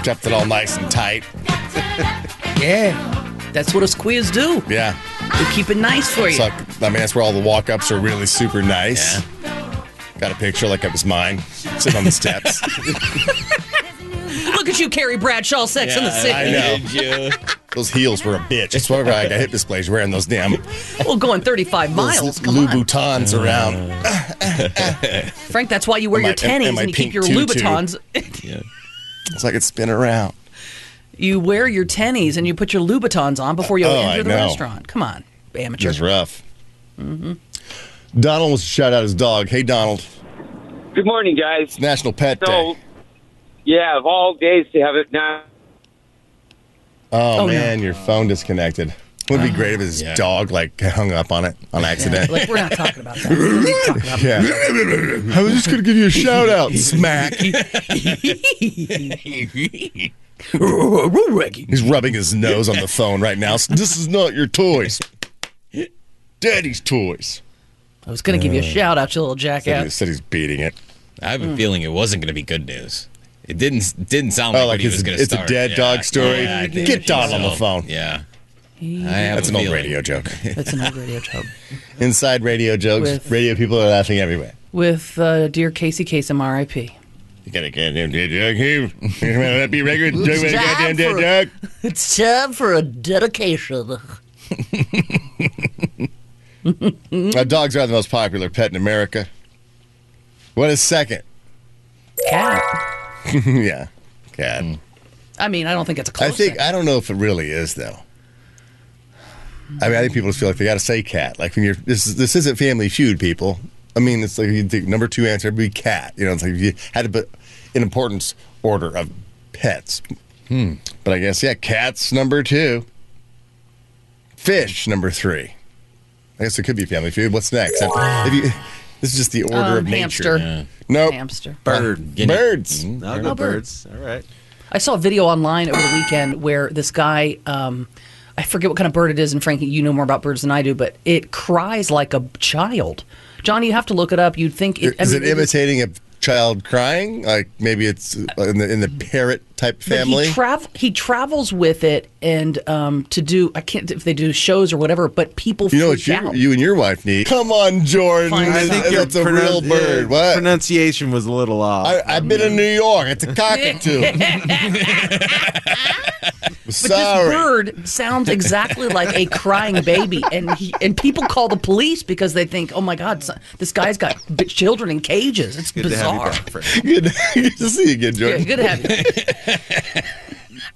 [SPEAKER 11] kept it all nice and tight.
[SPEAKER 4] Yeah. That's what us queers do.
[SPEAKER 11] Yeah.
[SPEAKER 4] We keep it nice for you.
[SPEAKER 11] So I, I mean, that's where all the walk-ups are really super nice. Got a picture like it was mine, sitting on the steps.
[SPEAKER 4] Look at you, Carrie Bradshaw, Sex in the City.
[SPEAKER 11] I know.
[SPEAKER 10] you?
[SPEAKER 11] Those heels were a bitch. It's whatever I got hip displays wearing those damn
[SPEAKER 4] Well, going 35 miles.
[SPEAKER 11] those
[SPEAKER 4] Come on. Uh.
[SPEAKER 11] Louboutins around.
[SPEAKER 4] Frank, that's why you wear
[SPEAKER 11] And my-
[SPEAKER 4] your
[SPEAKER 11] and-
[SPEAKER 4] tennies
[SPEAKER 11] and
[SPEAKER 4] and,
[SPEAKER 11] my
[SPEAKER 4] you keep
[SPEAKER 11] pink
[SPEAKER 4] your
[SPEAKER 11] tutu.
[SPEAKER 4] Louboutins.
[SPEAKER 11] So I could spin around.
[SPEAKER 4] you wear your tennies and you put your Louboutins on before you
[SPEAKER 11] Oh, I
[SPEAKER 4] enter the
[SPEAKER 11] know.
[SPEAKER 4] restaurant. Come on,
[SPEAKER 11] It
[SPEAKER 4] amateur.
[SPEAKER 11] was rough. Donald wants to shout out his dog. Hey, Donald.
[SPEAKER 13] Good morning, guys.
[SPEAKER 11] It's National Pet
[SPEAKER 13] So,
[SPEAKER 11] Day.
[SPEAKER 13] yeah, of all days to have it now.
[SPEAKER 11] Oh,
[SPEAKER 4] Oh,
[SPEAKER 11] man, your phone disconnected. Wouldn't it be great if his
[SPEAKER 10] yeah.
[SPEAKER 11] dog like hung up on it on
[SPEAKER 4] Yeah,
[SPEAKER 11] accident.
[SPEAKER 4] like, we're not talking about that. We're not talking about
[SPEAKER 11] Yeah. I was just gonna give you a shout out. Smack. He's rubbing his nose on the phone right now. This is not your toys. Daddy's toys.
[SPEAKER 4] I was going to give you a shout out, you little
[SPEAKER 11] Yeah. He
[SPEAKER 4] jackass.
[SPEAKER 11] said he's beating it.
[SPEAKER 10] I have a feeling it wasn't going to be good news. It didn't didn't sound like,
[SPEAKER 11] Oh, like
[SPEAKER 10] what he was
[SPEAKER 11] it's,
[SPEAKER 10] going
[SPEAKER 11] a,
[SPEAKER 10] to
[SPEAKER 11] it's a
[SPEAKER 10] start.
[SPEAKER 11] dead
[SPEAKER 10] Yeah.
[SPEAKER 11] dog story.
[SPEAKER 10] Yeah, I think
[SPEAKER 11] Get Don on the
[SPEAKER 10] so.
[SPEAKER 11] phone.
[SPEAKER 10] Yeah. I have
[SPEAKER 11] That's
[SPEAKER 10] a
[SPEAKER 11] an old
[SPEAKER 10] feeling.
[SPEAKER 11] radio joke.
[SPEAKER 4] That's an old radio joke.
[SPEAKER 11] Inside radio jokes.
[SPEAKER 4] With-
[SPEAKER 11] radio people are laughing everywhere.
[SPEAKER 4] With uh, dear Casey Kasem, R.I.P.
[SPEAKER 11] You gotta get him dead dog here. You wanna let me record? Do you want a goddamn dead dog?
[SPEAKER 4] It's time for a dedication.
[SPEAKER 11] Uh, dogs are the most popular pet in America. What is second?
[SPEAKER 4] Cat.
[SPEAKER 11] yeah, cat.
[SPEAKER 4] I mean, I don't think it's a
[SPEAKER 11] I
[SPEAKER 4] close
[SPEAKER 11] think
[SPEAKER 4] second.
[SPEAKER 11] I don't know if it really is though. I mean, I think people just feel like they got to say cat. Like when you're this, is- this isn't Family Feud, people. I mean, it's like you think number two answer would be cat. You know, it's like if you had to put an importance order of pets. But I guess yeah, cats number two, fish number three. I guess it could be Family Feud. What's next? If you, this is just the order
[SPEAKER 4] Um,
[SPEAKER 11] of
[SPEAKER 4] hamster.
[SPEAKER 11] nature. Nope.
[SPEAKER 4] Hamster. Oh,
[SPEAKER 12] Bird.
[SPEAKER 10] Guinea-
[SPEAKER 11] Oh. Birds.
[SPEAKER 12] I'll go birds. All right.
[SPEAKER 4] I saw a video online over the weekend where this guy, um, I forget what kind of bird it is, and Frankie, you know more about birds than I do, but it cries like a child. Johnny, you have to look it up. You'd think it, I
[SPEAKER 11] Is
[SPEAKER 4] mean,
[SPEAKER 11] it imitating a child crying? Like maybe it's uh, in the in the parrot type
[SPEAKER 4] but
[SPEAKER 11] family.
[SPEAKER 4] He, trav- he travels with it, and um, to do I can't if they do shows or whatever, but people
[SPEAKER 11] you know
[SPEAKER 4] freak
[SPEAKER 11] what you,
[SPEAKER 4] out.
[SPEAKER 11] you and your wife need? Come on, Jordan.
[SPEAKER 4] Fine. I think
[SPEAKER 11] That's a
[SPEAKER 12] pronoun-
[SPEAKER 11] real
[SPEAKER 12] yeah,
[SPEAKER 11] bird. what?
[SPEAKER 12] Pronunciation was a little off.
[SPEAKER 11] I, I've been in New York. It's a cockatoo.
[SPEAKER 4] But this bird sounds exactly like a crying baby, and he, and people call the police because they think, "Oh my God, so- this guy's got b- children in cages." It's
[SPEAKER 11] Good to have you
[SPEAKER 4] bizarre.
[SPEAKER 11] back, Good, good to see you again, Jordan.
[SPEAKER 4] Yeah, good to have you.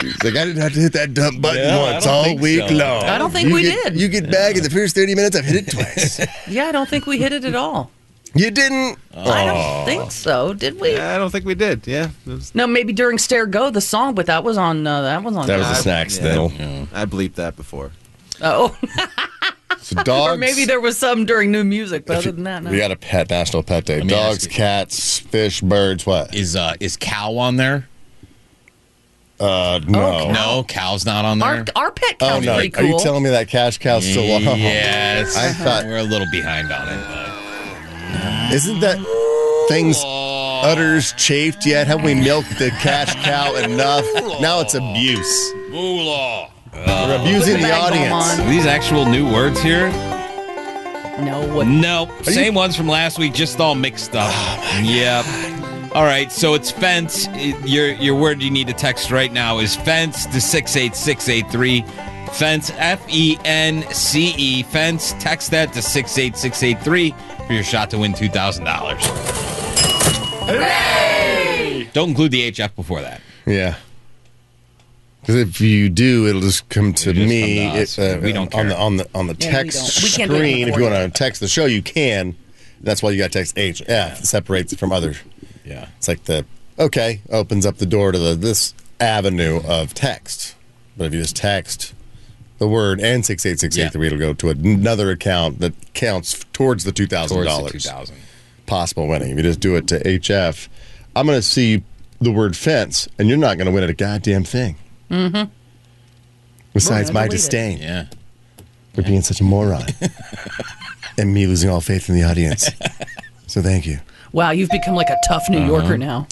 [SPEAKER 11] He's like, I didn't have to hit that dump button
[SPEAKER 4] No, I
[SPEAKER 11] once
[SPEAKER 4] don't
[SPEAKER 11] all
[SPEAKER 4] think
[SPEAKER 11] week
[SPEAKER 4] so.
[SPEAKER 11] long.
[SPEAKER 4] I don't think
[SPEAKER 11] You
[SPEAKER 4] we
[SPEAKER 11] get-
[SPEAKER 4] did.
[SPEAKER 11] You get back in the first 30 minutes, I've hit it twice.
[SPEAKER 4] Yeah, I don't think we hit it at all.
[SPEAKER 11] you didn't?
[SPEAKER 4] I don't think so. Did we?
[SPEAKER 12] I don't think we did. Yeah.
[SPEAKER 4] No, maybe during Stare Go the song, but that was on. Uh, that was on.
[SPEAKER 12] I-
[SPEAKER 4] uh,
[SPEAKER 12] yeah. I bleeped that before.
[SPEAKER 4] Oh, or
[SPEAKER 11] dogs-
[SPEAKER 4] maybe there was some during new music, but other than that, no.
[SPEAKER 11] We got a pet National Pet Day. Dogs, cats, fish, birds. What is uh is cow on there? Uh
[SPEAKER 4] Oh,
[SPEAKER 11] no
[SPEAKER 10] cow. No,
[SPEAKER 11] cow's not on
[SPEAKER 10] Our- there? our pet
[SPEAKER 11] Oh
[SPEAKER 10] cow's
[SPEAKER 11] no!
[SPEAKER 10] pretty
[SPEAKER 11] Are you
[SPEAKER 10] cool.
[SPEAKER 11] telling me that cash cow's still on?
[SPEAKER 10] Yes,
[SPEAKER 11] I thought.
[SPEAKER 10] we're a little behind on it. But.
[SPEAKER 11] Isn't that things udders chafed yet? Haven't we milked the cash cow enough? Now it's abuse.
[SPEAKER 10] Moolah.
[SPEAKER 11] We're abusing the audience.
[SPEAKER 10] Are these actual new words here?
[SPEAKER 4] No. What?
[SPEAKER 10] Nope. Same ones from last week, just all mixed up. yep. All right, so it's fence. It- your your word you need to text right now is fence to six eight six eight three. Fence F E N C E fence. Text that to six eight six eight three for your shot to win two thousand dollars. Don't include the HF before that.
[SPEAKER 11] Yeah. Because if you do, it'll just come to me.
[SPEAKER 10] us.
[SPEAKER 11] it, uh,
[SPEAKER 10] We don't
[SPEAKER 11] on
[SPEAKER 10] care.
[SPEAKER 11] the on the on the
[SPEAKER 10] Yeah, we
[SPEAKER 11] text
[SPEAKER 10] don't. We can't do it on the
[SPEAKER 11] screen. If you
[SPEAKER 10] board.
[SPEAKER 11] want to text the show, you can. That's why you got to text HF. It separates it from other.
[SPEAKER 10] Yeah.
[SPEAKER 11] It's like the okay opens up the door to the this avenue of text. But if you just text the word and six eight six eight three, it'll go to another account that counts towards the two thousand
[SPEAKER 10] Towards
[SPEAKER 11] dollars.
[SPEAKER 10] the 2,000.
[SPEAKER 11] Possible winning if you just do it to HF. I'm going to see the word fence, and you're not going to win at a goddamn thing.
[SPEAKER 4] Mm-hmm.
[SPEAKER 11] Besides
[SPEAKER 4] Well, I
[SPEAKER 11] my
[SPEAKER 4] believe it.
[SPEAKER 11] disdain. Yeah. For being such a moron. and me losing all faith in the audience. so thank you.
[SPEAKER 4] Wow, you've become like a tough New
[SPEAKER 11] Uh-huh.
[SPEAKER 4] Yorker now.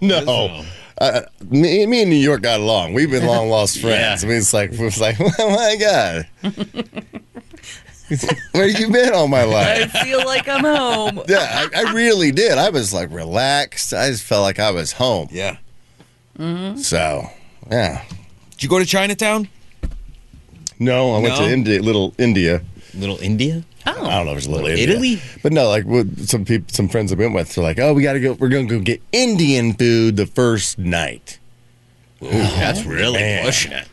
[SPEAKER 11] no. Uh, me, me and New York got along. We've been long lost friends. I mean, it's like, it's like, oh my God. Where you been all my
[SPEAKER 4] I
[SPEAKER 11] life?
[SPEAKER 4] feel like I'm home. Oh,
[SPEAKER 11] Yeah, I, I really did. I was like relaxed. I just felt like I was home. Yeah.
[SPEAKER 4] Mm-hmm.
[SPEAKER 11] So, yeah.
[SPEAKER 10] Did you go to Chinatown?
[SPEAKER 11] No, I went
[SPEAKER 10] No?
[SPEAKER 11] to India, little India.
[SPEAKER 10] Little India?
[SPEAKER 11] I don't know if it's little
[SPEAKER 10] Little
[SPEAKER 11] India.
[SPEAKER 10] Italy?
[SPEAKER 11] But no, like with some people, some friends I went with, are like, oh, we got to go. We're gonna go get Indian food the first night. Ooh,
[SPEAKER 10] that's really pushing it.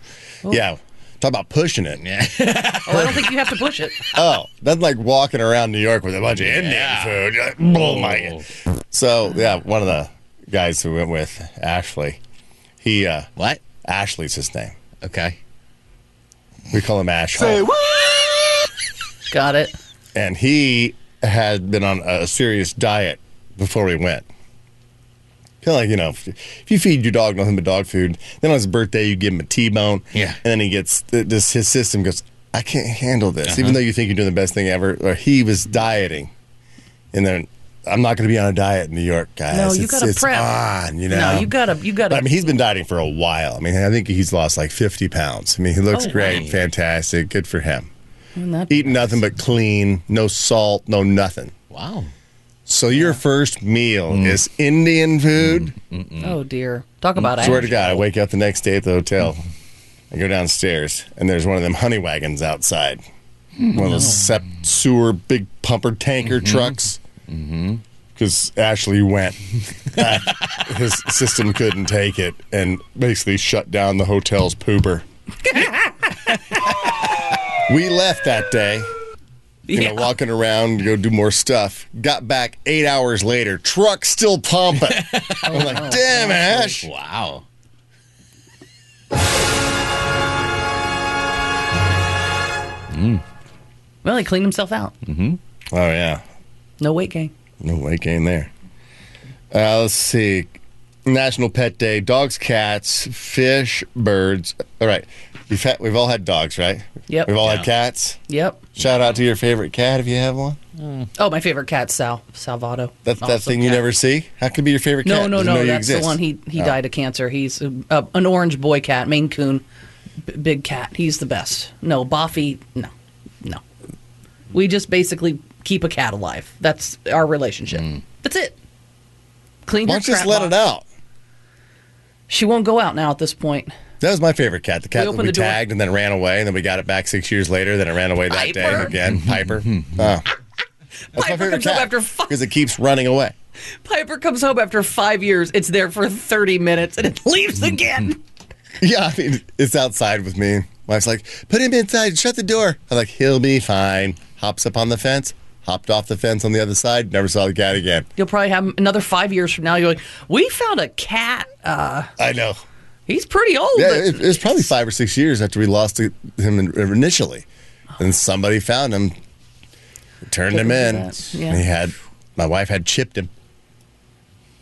[SPEAKER 11] Yeah, talk about pushing it.
[SPEAKER 10] Yeah.
[SPEAKER 4] Oh, I don't think you have to push it.
[SPEAKER 11] oh, that's like walking around New York with a bunch of Indian food. You're like, oh my god. So yeah, one of the guys who went with Ashley, he uh what? Ashley's his name. Okay. We call him Ash. Hall.
[SPEAKER 4] Got it.
[SPEAKER 11] And he had been on a serious diet before we went. Kind of like, you know, if, if you feed your dog nothing but dog food, then on his birthday, you give him a T bone. Yeah. And then he gets, th- this, his system goes, I can't handle this. Even though you think you're doing the best thing ever, or he was dieting. And then, I'm not going to be on a diet in New York, guys.
[SPEAKER 4] No, you
[SPEAKER 11] It's-
[SPEAKER 4] gotta
[SPEAKER 11] it's
[SPEAKER 4] prep.
[SPEAKER 11] on, you know.
[SPEAKER 4] No, you gotta, you gotta.
[SPEAKER 11] But, I mean, he's been dieting for a while. I mean, I think he's lost like 50 pounds. I mean, he looks
[SPEAKER 4] Oh,
[SPEAKER 11] great,
[SPEAKER 4] wow.
[SPEAKER 11] fantastic, good for him.
[SPEAKER 4] Wouldn't that
[SPEAKER 11] Eating nothing but clean, no salt, no nothing. Wow. So your first meal is Indian food.
[SPEAKER 4] Oh dear. Talk about
[SPEAKER 11] Swear
[SPEAKER 4] it.
[SPEAKER 11] to God, I wake up the next day at the hotel. I go downstairs, and there's one of them honey wagons outside. One of those sep- sewer big pumper tanker trucks. Because Ashley went, Uh, his system couldn't take it, and basically shut down the hotel's pooper. we left that day. You know, walking around, to go do more stuff. Got back eight hours later, truck still pumping. I'm like, damn, Ash.
[SPEAKER 10] Wow.
[SPEAKER 4] Well, he cleaned himself out.
[SPEAKER 11] Mm-hmm. Oh yeah,
[SPEAKER 4] No weight gain.
[SPEAKER 11] no weight gain there. Uh, let's see. National Pet Day: dogs, cats, fish, birds. All right, we've had, we've all had dogs, right?
[SPEAKER 4] Yep.
[SPEAKER 11] We've all
[SPEAKER 4] Yeah.
[SPEAKER 11] had cats.
[SPEAKER 4] Yep.
[SPEAKER 11] Shout out to your favorite cat if you have one.
[SPEAKER 4] Oh, my favorite cat, Sal Salvato.
[SPEAKER 11] That's that
[SPEAKER 4] Awesome
[SPEAKER 11] thing you
[SPEAKER 4] cat.
[SPEAKER 11] never see. How could it be your favorite
[SPEAKER 4] No,
[SPEAKER 11] cat?
[SPEAKER 4] no,
[SPEAKER 11] Doesn't
[SPEAKER 4] no.
[SPEAKER 11] know you
[SPEAKER 4] That's the
[SPEAKER 11] exist.
[SPEAKER 4] one. He he
[SPEAKER 11] Oh.
[SPEAKER 4] died of cancer. He's a, a, an orange boy cat, Maine Coon, b- big cat. He's the best. No, Boffy. No, no. We just basically keep a cat alive. That's our relationship. That's it. Clean.
[SPEAKER 11] Mm. Why
[SPEAKER 4] your
[SPEAKER 11] don't you just
[SPEAKER 4] crap
[SPEAKER 11] let it
[SPEAKER 4] box.
[SPEAKER 11] out?
[SPEAKER 4] She won't go out now at this point.
[SPEAKER 11] That was my favorite cat. The cat that
[SPEAKER 4] opened
[SPEAKER 11] we
[SPEAKER 4] the door.
[SPEAKER 11] tagged and then ran away, and then we got it back six years later. Then it ran away that day
[SPEAKER 4] Piper.
[SPEAKER 11] again. Piper. Oh. That's my favorite
[SPEAKER 4] comes up
[SPEAKER 11] cat
[SPEAKER 4] after five.
[SPEAKER 11] because it keeps running away.
[SPEAKER 4] Piper comes home after five years. It's there for 30 minutes and it leaves
[SPEAKER 11] Mm-hmm.
[SPEAKER 4] again.
[SPEAKER 11] Yeah, I mean, it's outside with me. Wife's like, put him inside, shut the door. I'm like, he'll be fine. Hops up on the fence, hopped off the fence on the other side, never saw the cat again.
[SPEAKER 4] You'll probably have another five years from now. You're like, we found a cat. Uh,
[SPEAKER 11] I know.
[SPEAKER 4] He's pretty old.
[SPEAKER 11] Yeah, it, it was probably five or six years after we lost it- him in- initially. And somebody found him, turned him in.
[SPEAKER 4] Yeah.
[SPEAKER 11] And he had, my wife had chipped him.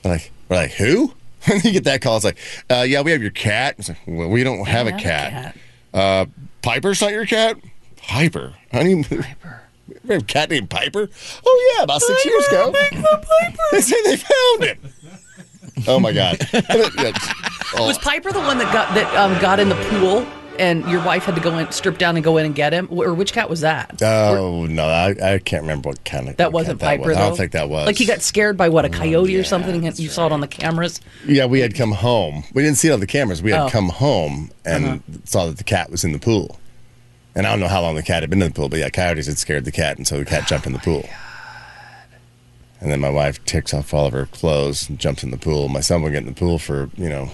[SPEAKER 11] We're like, we're like, who? And you get that call. It's like, uh, yeah, we have your cat. It's like, well, we don't have a
[SPEAKER 4] have a
[SPEAKER 11] cat. Uh, Piper's not your cat? Piper. Honey, Piper. We have a cat named Piper? Oh, yeah, about six years ago. They say they found him. Oh, my God. Oh.
[SPEAKER 4] Was Piper the one that got that um, got in the pool and your wife had to go in, strip down and go in and get him? Or which cat was that?
[SPEAKER 11] Oh no, I, I can't remember what kind of
[SPEAKER 4] That wasn't
[SPEAKER 11] that
[SPEAKER 4] Piper,
[SPEAKER 11] was.
[SPEAKER 4] though.
[SPEAKER 11] I don't think that was. Mm,
[SPEAKER 4] Like he got scared by what a coyote or something, and you saw it on the cameras.
[SPEAKER 11] Yeah, we had come home. We didn't see it on the cameras. We had
[SPEAKER 4] Oh.
[SPEAKER 11] come home and saw that the cat was in the pool. And I don't know how long the cat had been in the pool, but yeah, coyotes had scared the cat, and so the cat jumped in the pool. And then my wife takes off all of her clothes and jumps in the pool. My son would get in the pool for you know.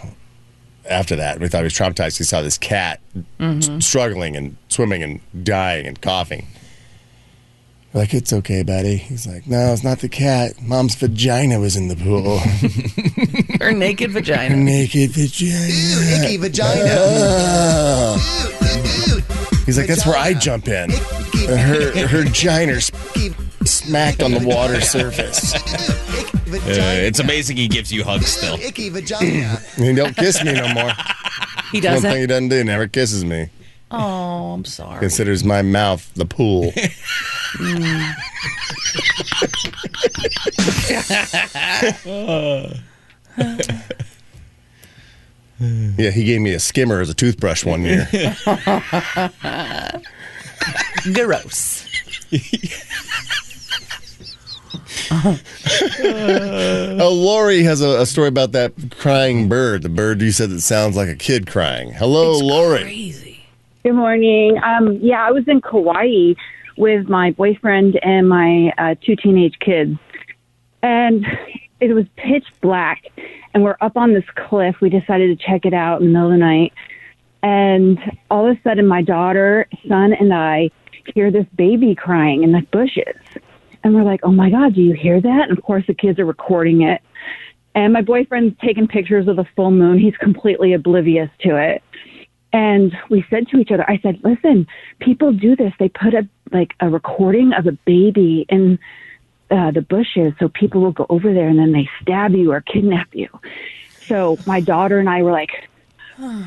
[SPEAKER 11] After that, we thought he was traumatized. He saw this cat s- struggling and swimming and dying and coughing. We're like, it's okay, buddy. He's like, no, it's not the cat. Mom's vagina was in the pool.
[SPEAKER 4] Her naked vagina.
[SPEAKER 11] naked vagina.
[SPEAKER 4] icky vagina.
[SPEAKER 11] He's like, that's where I jump in. And her her giner sp- smacked on the water surface.
[SPEAKER 10] Uh, it's amazing he gives you hugs still.
[SPEAKER 14] Icky vagina.
[SPEAKER 11] He don't kiss me no more.
[SPEAKER 4] He
[SPEAKER 11] One
[SPEAKER 4] doesn't.
[SPEAKER 11] thing he doesn't do, never kisses me.
[SPEAKER 4] Oh, I'm sorry.
[SPEAKER 11] Considers my mouth the pool.
[SPEAKER 4] Mm.
[SPEAKER 11] yeah, he gave me a skimmer as a toothbrush one year.
[SPEAKER 4] Gross.
[SPEAKER 11] oh, Lori has a, a story about that crying bird. The bird you said that sounds like a kid crying. Hello, Lori.
[SPEAKER 15] Good morning. Um, yeah, I was in Kauai with my boyfriend and my uh, two teenage kids, and it was pitch black. And we're up on this cliff. We decided to check it out in the middle of the night, and all of a sudden, my daughter, son, and I hear this baby crying in the bushes, and we're like, "Oh my god, do you hear that?" And of course, the kids are recording it. And my boyfriend's taking pictures of the full moon. He's completely oblivious to it. And we said to each other, I said, listen, people do this. They put a like a recording of a baby in uh, the bushes so people will go over there and then they stab you or kidnap you. So my daughter and I were like,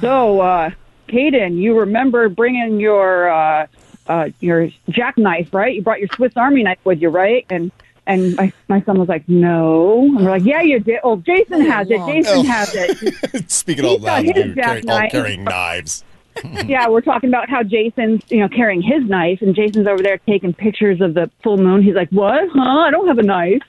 [SPEAKER 15] so, uh, Kaden, you remember bringing your uh, uh, your jackknife, right? You brought your Swiss Army knife with you, right? And and my, my son was like, no. And we're like, yeah, you did. Oh, Jason has it. Jason
[SPEAKER 11] Oh.
[SPEAKER 15] has it.
[SPEAKER 11] Speaking all
[SPEAKER 15] He's got
[SPEAKER 11] loud,
[SPEAKER 15] his
[SPEAKER 11] dude, carrying, all
[SPEAKER 15] jackknife.
[SPEAKER 11] carrying knives.
[SPEAKER 15] yeah, we're talking about how Jason's, you know, carrying his knife, and Jason's over there taking pictures of the full moon. He's like, "What? Huh? I don't have a knife."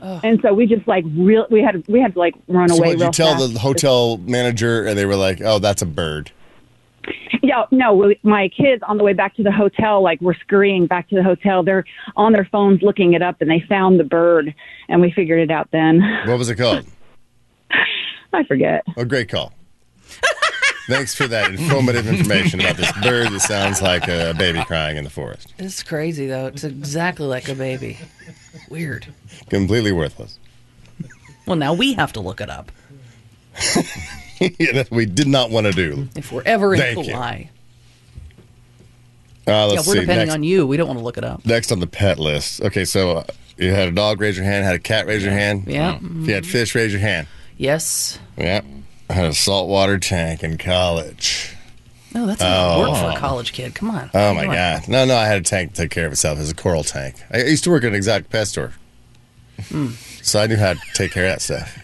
[SPEAKER 15] And so we just like real. We had we had to like run
[SPEAKER 11] so
[SPEAKER 15] away.
[SPEAKER 11] what did you
[SPEAKER 15] real
[SPEAKER 11] tell
[SPEAKER 15] fast.
[SPEAKER 11] the hotel manager? And they were like, "Oh, that's a bird."
[SPEAKER 15] Yeah, no, we- my kids on the way back to the hotel, like we're scurrying back to the hotel. They're on their phones looking it up, and they found the bird, and we figured it out then.
[SPEAKER 11] What was it called?
[SPEAKER 15] I forget.
[SPEAKER 11] Oh, great call. Thanks for that informative information about this bird that sounds like a baby crying in the forest.
[SPEAKER 4] It's crazy though. It's exactly like a baby. Weird.
[SPEAKER 11] Completely worthless.
[SPEAKER 4] Well, now we have to look it up
[SPEAKER 11] yeah, that we did not want to do.
[SPEAKER 4] if we're ever in
[SPEAKER 11] Thank you.
[SPEAKER 4] Kauai.
[SPEAKER 11] Uh,
[SPEAKER 4] yeah,
[SPEAKER 11] let's
[SPEAKER 4] we're
[SPEAKER 11] see.
[SPEAKER 4] depending
[SPEAKER 11] next,
[SPEAKER 4] on you. We don't want to look it up.
[SPEAKER 11] next on the pet list. Okay, so uh, you had a dog raise your hand, had a cat raise your hand.
[SPEAKER 4] Yeah. Mm-hmm.
[SPEAKER 11] If you had fish raise your hand.
[SPEAKER 4] Yes.
[SPEAKER 11] Yeah. I had a saltwater tank in college.
[SPEAKER 4] No, that's not
[SPEAKER 11] Oh.
[SPEAKER 4] work for a college kid. Come on.
[SPEAKER 11] Oh my
[SPEAKER 4] Come on.
[SPEAKER 11] god! No, no, I had a tank to take care of itself. It was a coral tank. I I used to work at an exotic pet store,
[SPEAKER 4] Hmm.
[SPEAKER 11] so I knew how to take care of that stuff.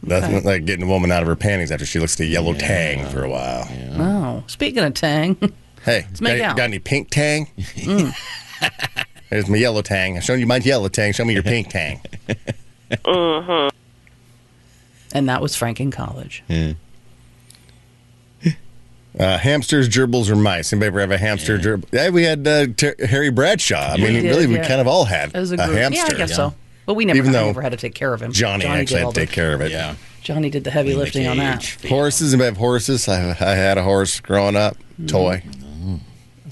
[SPEAKER 11] Nothing
[SPEAKER 4] Okay.
[SPEAKER 11] like getting a woman out of her panties after she looks at a yellow tang for a while.
[SPEAKER 4] Oh, speaking of Tang,
[SPEAKER 11] Hey,
[SPEAKER 4] Let's
[SPEAKER 11] got,
[SPEAKER 4] make
[SPEAKER 11] any-
[SPEAKER 4] out. Hmm.
[SPEAKER 11] got any pink tang? There's my yellow tang. I'm showing you my yellow tang. Show me your pink tang.
[SPEAKER 4] and that was Frank in college.
[SPEAKER 11] Uh, hamsters, gerbils, or mice. Anybody ever have a hamster, gerbil? Yeah, we had uh, Ter- Harry Bradshaw. I mean,
[SPEAKER 4] did,
[SPEAKER 11] really, we
[SPEAKER 4] yeah.
[SPEAKER 11] kind of all had
[SPEAKER 4] As a,
[SPEAKER 11] a,
[SPEAKER 4] group.
[SPEAKER 11] hamster.
[SPEAKER 4] Yeah, I guess so. But we never,
[SPEAKER 11] Even
[SPEAKER 4] I
[SPEAKER 11] though
[SPEAKER 4] never had to take care of him.
[SPEAKER 11] Johnny, actually
[SPEAKER 4] did
[SPEAKER 11] had
[SPEAKER 4] all
[SPEAKER 11] to take
[SPEAKER 4] the-
[SPEAKER 11] care of it. Yeah.
[SPEAKER 4] Johnny did the heavy lifting on that.
[SPEAKER 11] Horses. Anybody have horses? I, I had a horse growing up. Toy.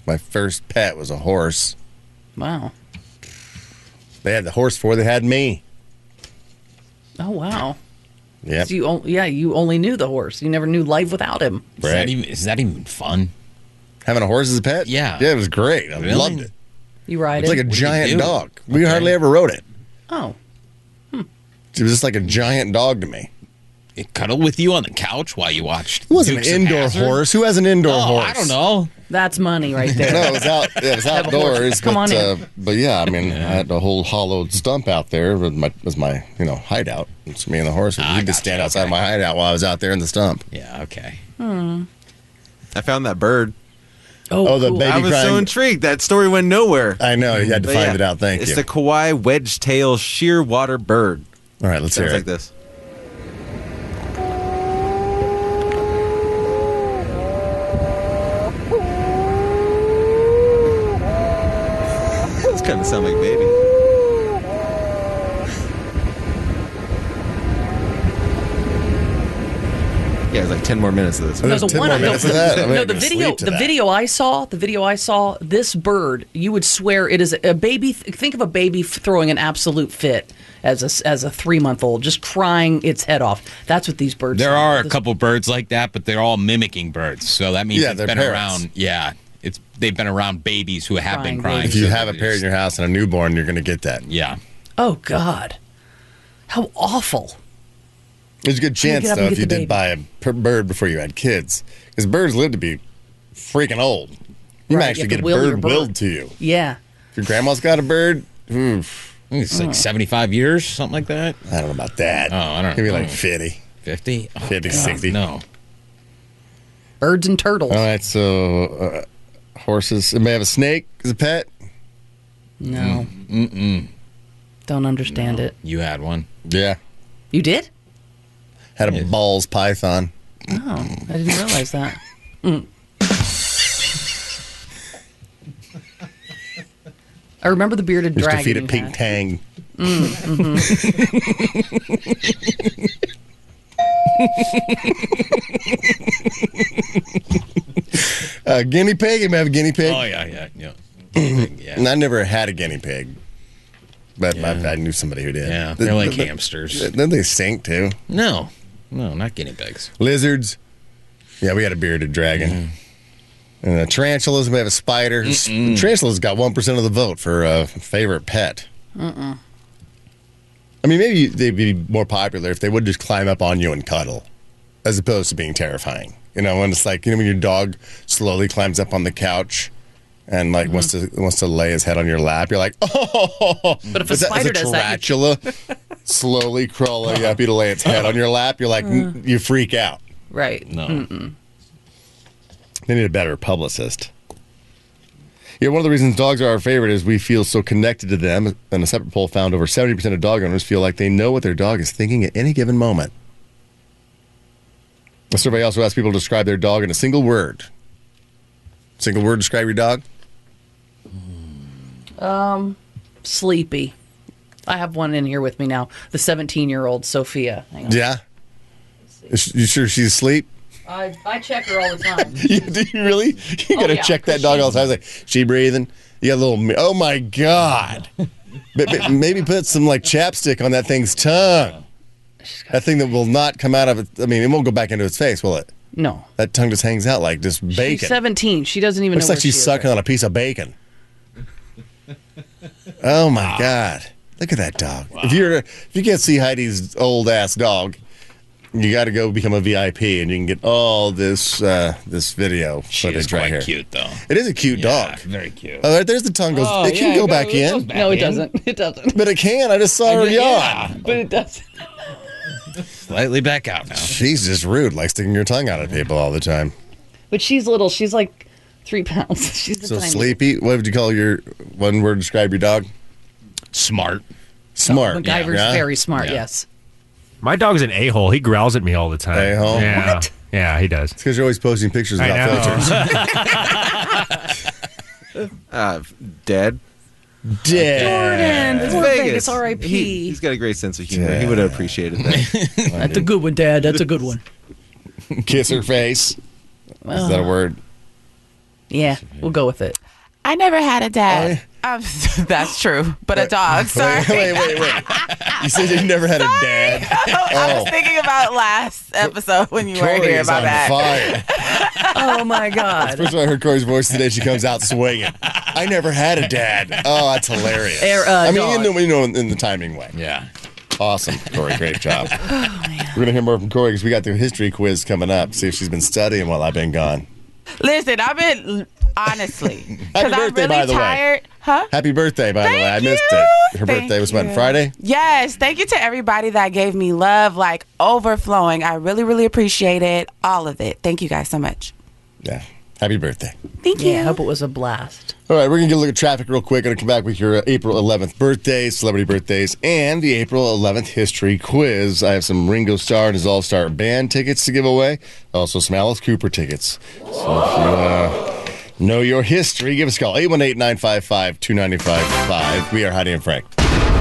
[SPEAKER 11] My first pet was a horse.
[SPEAKER 4] Wow.
[SPEAKER 11] They had the horse before they had me.
[SPEAKER 4] Oh wow.
[SPEAKER 11] Yep.
[SPEAKER 4] So you on- yeah, you only knew the horse. You never knew life without him.
[SPEAKER 11] Right.
[SPEAKER 10] is that even fun?
[SPEAKER 11] Having a horse as a pet?
[SPEAKER 10] Yeah.
[SPEAKER 11] Yeah, it was great. I
[SPEAKER 10] Really?
[SPEAKER 11] loved it.
[SPEAKER 4] You ride
[SPEAKER 11] It's
[SPEAKER 4] it.
[SPEAKER 11] like a giant
[SPEAKER 10] do?
[SPEAKER 11] dog. We hardly ever rode it.
[SPEAKER 4] Oh.
[SPEAKER 11] It was just like a giant dog to me.
[SPEAKER 10] It cuddled with you on the couch while you watched.
[SPEAKER 11] It wasn't
[SPEAKER 10] Dukes
[SPEAKER 11] an
[SPEAKER 10] of
[SPEAKER 11] indoor
[SPEAKER 10] Hazzard? Oh,
[SPEAKER 11] horse. Who has an indoor horse?
[SPEAKER 10] I don't know.
[SPEAKER 4] That's money right there.
[SPEAKER 11] no, it was out. yeah, It was
[SPEAKER 4] Have a horse.
[SPEAKER 11] outdoors.
[SPEAKER 4] Come
[SPEAKER 11] but,
[SPEAKER 4] on in.
[SPEAKER 11] uh, but yeah, I mean, I had a whole hollowed stump out there with my was my you know hideout. It's me and the horse.
[SPEAKER 12] Ah,
[SPEAKER 11] He'd just stand outside my hideout while I was out there in the stump.
[SPEAKER 10] Yeah. Okay.
[SPEAKER 4] Hmm.
[SPEAKER 12] I found that bird.
[SPEAKER 4] Oh,
[SPEAKER 11] the baby
[SPEAKER 12] I was so
[SPEAKER 11] crying-
[SPEAKER 12] intrigued. That story went nowhere.
[SPEAKER 11] I know. You had to
[SPEAKER 12] But
[SPEAKER 11] find
[SPEAKER 12] yeah,
[SPEAKER 11] it out. Thank
[SPEAKER 12] it's
[SPEAKER 11] you.
[SPEAKER 12] the Kauai wedge tail shearwater bird.
[SPEAKER 11] All right, let's
[SPEAKER 12] Sounds
[SPEAKER 11] hear
[SPEAKER 12] like
[SPEAKER 11] it.
[SPEAKER 12] this. It's kind of sound like baby. Yeah, it's like ten more minutes of this.
[SPEAKER 4] No, the one I- no,
[SPEAKER 11] I'm
[SPEAKER 4] no,
[SPEAKER 11] gonna
[SPEAKER 4] the
[SPEAKER 11] go
[SPEAKER 4] video,
[SPEAKER 11] sleep to
[SPEAKER 4] the
[SPEAKER 11] that.
[SPEAKER 4] video I saw, the video I saw, this bird, you would swear it is a baby. Think of a baby f- throwing an absolute fit as a as a three month old, just crying its head off. That's what these birds.
[SPEAKER 10] There
[SPEAKER 4] sound
[SPEAKER 10] are
[SPEAKER 4] like.
[SPEAKER 10] a couple birds like that, but they're all mimicking birds. So that means
[SPEAKER 11] Yeah,
[SPEAKER 10] it's
[SPEAKER 11] they're
[SPEAKER 10] been
[SPEAKER 11] parrots.
[SPEAKER 10] around. Yeah, it's they've been around babies who have been crying.
[SPEAKER 11] If you
[SPEAKER 10] So
[SPEAKER 11] have a parrot in your house and a newborn, you're going to get that.
[SPEAKER 10] Yeah.
[SPEAKER 4] Oh God, how awful!
[SPEAKER 11] There's a good
[SPEAKER 4] Can you get
[SPEAKER 11] chance
[SPEAKER 4] up and
[SPEAKER 11] though
[SPEAKER 4] get
[SPEAKER 11] if you
[SPEAKER 4] the
[SPEAKER 11] did
[SPEAKER 4] baby?
[SPEAKER 11] buy a per- bird before you had kids, because birds live to be freaking old. You might
[SPEAKER 4] Right, you
[SPEAKER 11] actually
[SPEAKER 4] have
[SPEAKER 11] get
[SPEAKER 4] to
[SPEAKER 11] a
[SPEAKER 4] will your
[SPEAKER 11] bird,
[SPEAKER 4] bird.
[SPEAKER 11] willed to you.
[SPEAKER 4] Yeah,
[SPEAKER 11] If your grandma's got a bird, oof.
[SPEAKER 10] it's like
[SPEAKER 11] Mm.
[SPEAKER 10] 75 years, something like that.
[SPEAKER 11] I don't know about that.
[SPEAKER 10] Oh, I don't
[SPEAKER 11] Maybe
[SPEAKER 10] know.
[SPEAKER 11] like 50.
[SPEAKER 10] 50?
[SPEAKER 11] 50, 60.
[SPEAKER 10] Oh, No.
[SPEAKER 4] birds and turtles.
[SPEAKER 11] All right, so uh, horses. Anybody have a snake as a pet?
[SPEAKER 4] no,
[SPEAKER 10] Mm-mm.
[SPEAKER 4] don't understand it.
[SPEAKER 10] You had one.
[SPEAKER 11] Yeah.
[SPEAKER 4] You did?
[SPEAKER 11] Had a balls python.
[SPEAKER 4] Oh, I didn't realize that. Mm. I remember the bearded
[SPEAKER 11] Used
[SPEAKER 4] dragon.
[SPEAKER 11] to feed
[SPEAKER 4] you
[SPEAKER 11] it pink
[SPEAKER 4] had.
[SPEAKER 11] tang.
[SPEAKER 4] Mm, mhm.
[SPEAKER 11] Uh, guinea pig. Anybody have a guinea pig?
[SPEAKER 10] Oh, yeah, yeah, yeah.
[SPEAKER 11] And I never had a guinea pig, but my, I knew somebody who did.
[SPEAKER 10] Yeah, they're like
[SPEAKER 11] the-
[SPEAKER 10] hamsters.
[SPEAKER 11] Then they stink too.
[SPEAKER 10] No. No, not guinea pigs.
[SPEAKER 11] Lizards. Yeah, we had a bearded dragon. And uh, tarantulas. We have a spider. S- Tarantulas got one percent of the vote for uh, favorite pet.
[SPEAKER 4] Mm-mm.
[SPEAKER 11] I mean, maybe they'd be more popular if they would just climb up on you and cuddle, as opposed to being terrifying. You know, when it's like you know when your dog slowly climbs up on the couch and
[SPEAKER 4] Mm-hmm.
[SPEAKER 11] like wants to wants to lay his head on your lap, you're like, oh.
[SPEAKER 4] But if a spider does that,
[SPEAKER 11] tarantula slowly crawling up you to lay its head on your lap, you're like
[SPEAKER 4] Mm.
[SPEAKER 11] you freak out.
[SPEAKER 4] right? Hmm.
[SPEAKER 10] No.
[SPEAKER 4] Mm-mm.
[SPEAKER 11] They need a better publicist. Yeah, one of the reasons dogs are our favorite is we feel so connected to them. And a separate poll found over 70% of dog owners feel like they know what their dog is thinking at any given moment. The survey also asked people to describe their dog in a single word. Single word, describe your dog?
[SPEAKER 4] Um, sleepy. I have one in here with me now. The 17-year-old Sophia. Hang on.
[SPEAKER 11] Yeah. Is- You sure she's asleep?
[SPEAKER 4] I, I check her all the time.
[SPEAKER 11] you, do you really? You
[SPEAKER 4] Oh,
[SPEAKER 11] gotta
[SPEAKER 4] yeah,
[SPEAKER 11] check that dog all the time. It's Like she breathing. You got a little. mi- Oh my god! but, but maybe put some like chapstick on that thing's tongue. That thing that will not come out of it. I mean, it won't go back into its face, will it?
[SPEAKER 4] No.
[SPEAKER 11] That tongue just hangs out like just bacon.
[SPEAKER 4] She's 17. She doesn't even
[SPEAKER 11] Looks
[SPEAKER 4] know
[SPEAKER 11] like
[SPEAKER 4] where
[SPEAKER 11] she's
[SPEAKER 4] she is
[SPEAKER 11] sucking on a piece of bacon. oh my god! Look at that dog. If you're if you can't see Heidi's old ass dog, you got to go become a VIP, and you can get all this uh, this video
[SPEAKER 10] She
[SPEAKER 11] footage
[SPEAKER 10] is
[SPEAKER 11] right
[SPEAKER 10] quite
[SPEAKER 11] here.
[SPEAKER 10] cute, though. Ah,
[SPEAKER 11] It is a cute dog.
[SPEAKER 10] Very cute.
[SPEAKER 11] Oh, there- there's the tongue goes.
[SPEAKER 10] Oh,
[SPEAKER 11] it can
[SPEAKER 10] yeah,
[SPEAKER 11] go
[SPEAKER 10] it
[SPEAKER 11] back
[SPEAKER 10] goes- it goes
[SPEAKER 11] in.
[SPEAKER 10] back
[SPEAKER 4] No, it
[SPEAKER 10] in.
[SPEAKER 4] doesn't. It doesn't.
[SPEAKER 11] But it can. I just saw her
[SPEAKER 4] Yeah,
[SPEAKER 11] yawn.
[SPEAKER 4] but it does.
[SPEAKER 10] Slightly back out now.
[SPEAKER 11] She's just rude, like sticking your tongue out at people all the time.
[SPEAKER 4] But she's little. She's like three pounds. She's a
[SPEAKER 11] So
[SPEAKER 4] tiny.
[SPEAKER 11] sleepy. What would you call your one word describe your dog?
[SPEAKER 10] Smart.
[SPEAKER 11] Smart.
[SPEAKER 4] MacGyver's
[SPEAKER 11] yeah.
[SPEAKER 4] very smart.
[SPEAKER 11] Yeah.
[SPEAKER 4] Yes.
[SPEAKER 10] My dog's an a hole. He growls at me all the time. A hole? Yeah. Yeah, he does.
[SPEAKER 11] because you're always posting pictures
[SPEAKER 10] I
[SPEAKER 11] without
[SPEAKER 10] know.
[SPEAKER 11] filters.
[SPEAKER 12] Uh, dead.
[SPEAKER 11] Dead.
[SPEAKER 4] Jordan, poor Vegas, R.I.P..
[SPEAKER 12] He, has got a great sense of humor. He would have appreciated that.
[SPEAKER 4] That's a good one, Dad. That's a good one.
[SPEAKER 11] Kiss her face. Is that a word?
[SPEAKER 4] Yeah, we'll go with it.
[SPEAKER 15] I never had a dad. Um, that's true, but a dog. Sorry.
[SPEAKER 11] Wait, wait, wait. You said you never had a dad.
[SPEAKER 15] I was thinking about last episode when you were
[SPEAKER 11] Oh. Corey
[SPEAKER 15] here
[SPEAKER 11] is
[SPEAKER 15] about
[SPEAKER 11] on
[SPEAKER 15] that.
[SPEAKER 11] fire.
[SPEAKER 4] oh my
[SPEAKER 11] That's the first time I heard Corey's voice today. She comes out swinging. I never had a dad. Oh, that's hilarious.
[SPEAKER 4] Air, uh,
[SPEAKER 11] I mean,
[SPEAKER 4] dog.
[SPEAKER 11] you know, you know, in the timing way. Yeah. Awesome, Corey. Great job.
[SPEAKER 15] Oh,
[SPEAKER 11] We're gonna hear more from Corey because we got the history quiz coming up. See if she's been studying while I've been gone.
[SPEAKER 15] Listen, I've been honestly because I'm
[SPEAKER 11] birthday,
[SPEAKER 15] really
[SPEAKER 11] by the way.
[SPEAKER 15] tired. Huh?
[SPEAKER 11] Happy birthday, by the way. I missed it. Her
[SPEAKER 15] Thank
[SPEAKER 11] birthday was when
[SPEAKER 15] you.
[SPEAKER 11] Friday.
[SPEAKER 15] Yes, thank you to everybody that gave me love, like overflowing. I really, really appreciate it. All of it. Thank you guys so much.
[SPEAKER 11] Yeah. Happy birthday.
[SPEAKER 15] Thank
[SPEAKER 4] you. Yeah, I hope it was a blast.
[SPEAKER 11] All right, we're gonna get a look at traffic real quick. Gonna come back with your uh, April 11th birthdays, celebrity birthdays, and the April 11th history quiz. I have some Ringo Starr and his All Star Band tickets to give away. Also, some Alice Cooper tickets. So if you uh, know your history, give us a call 818 955 2955. We are Heidi and Frank.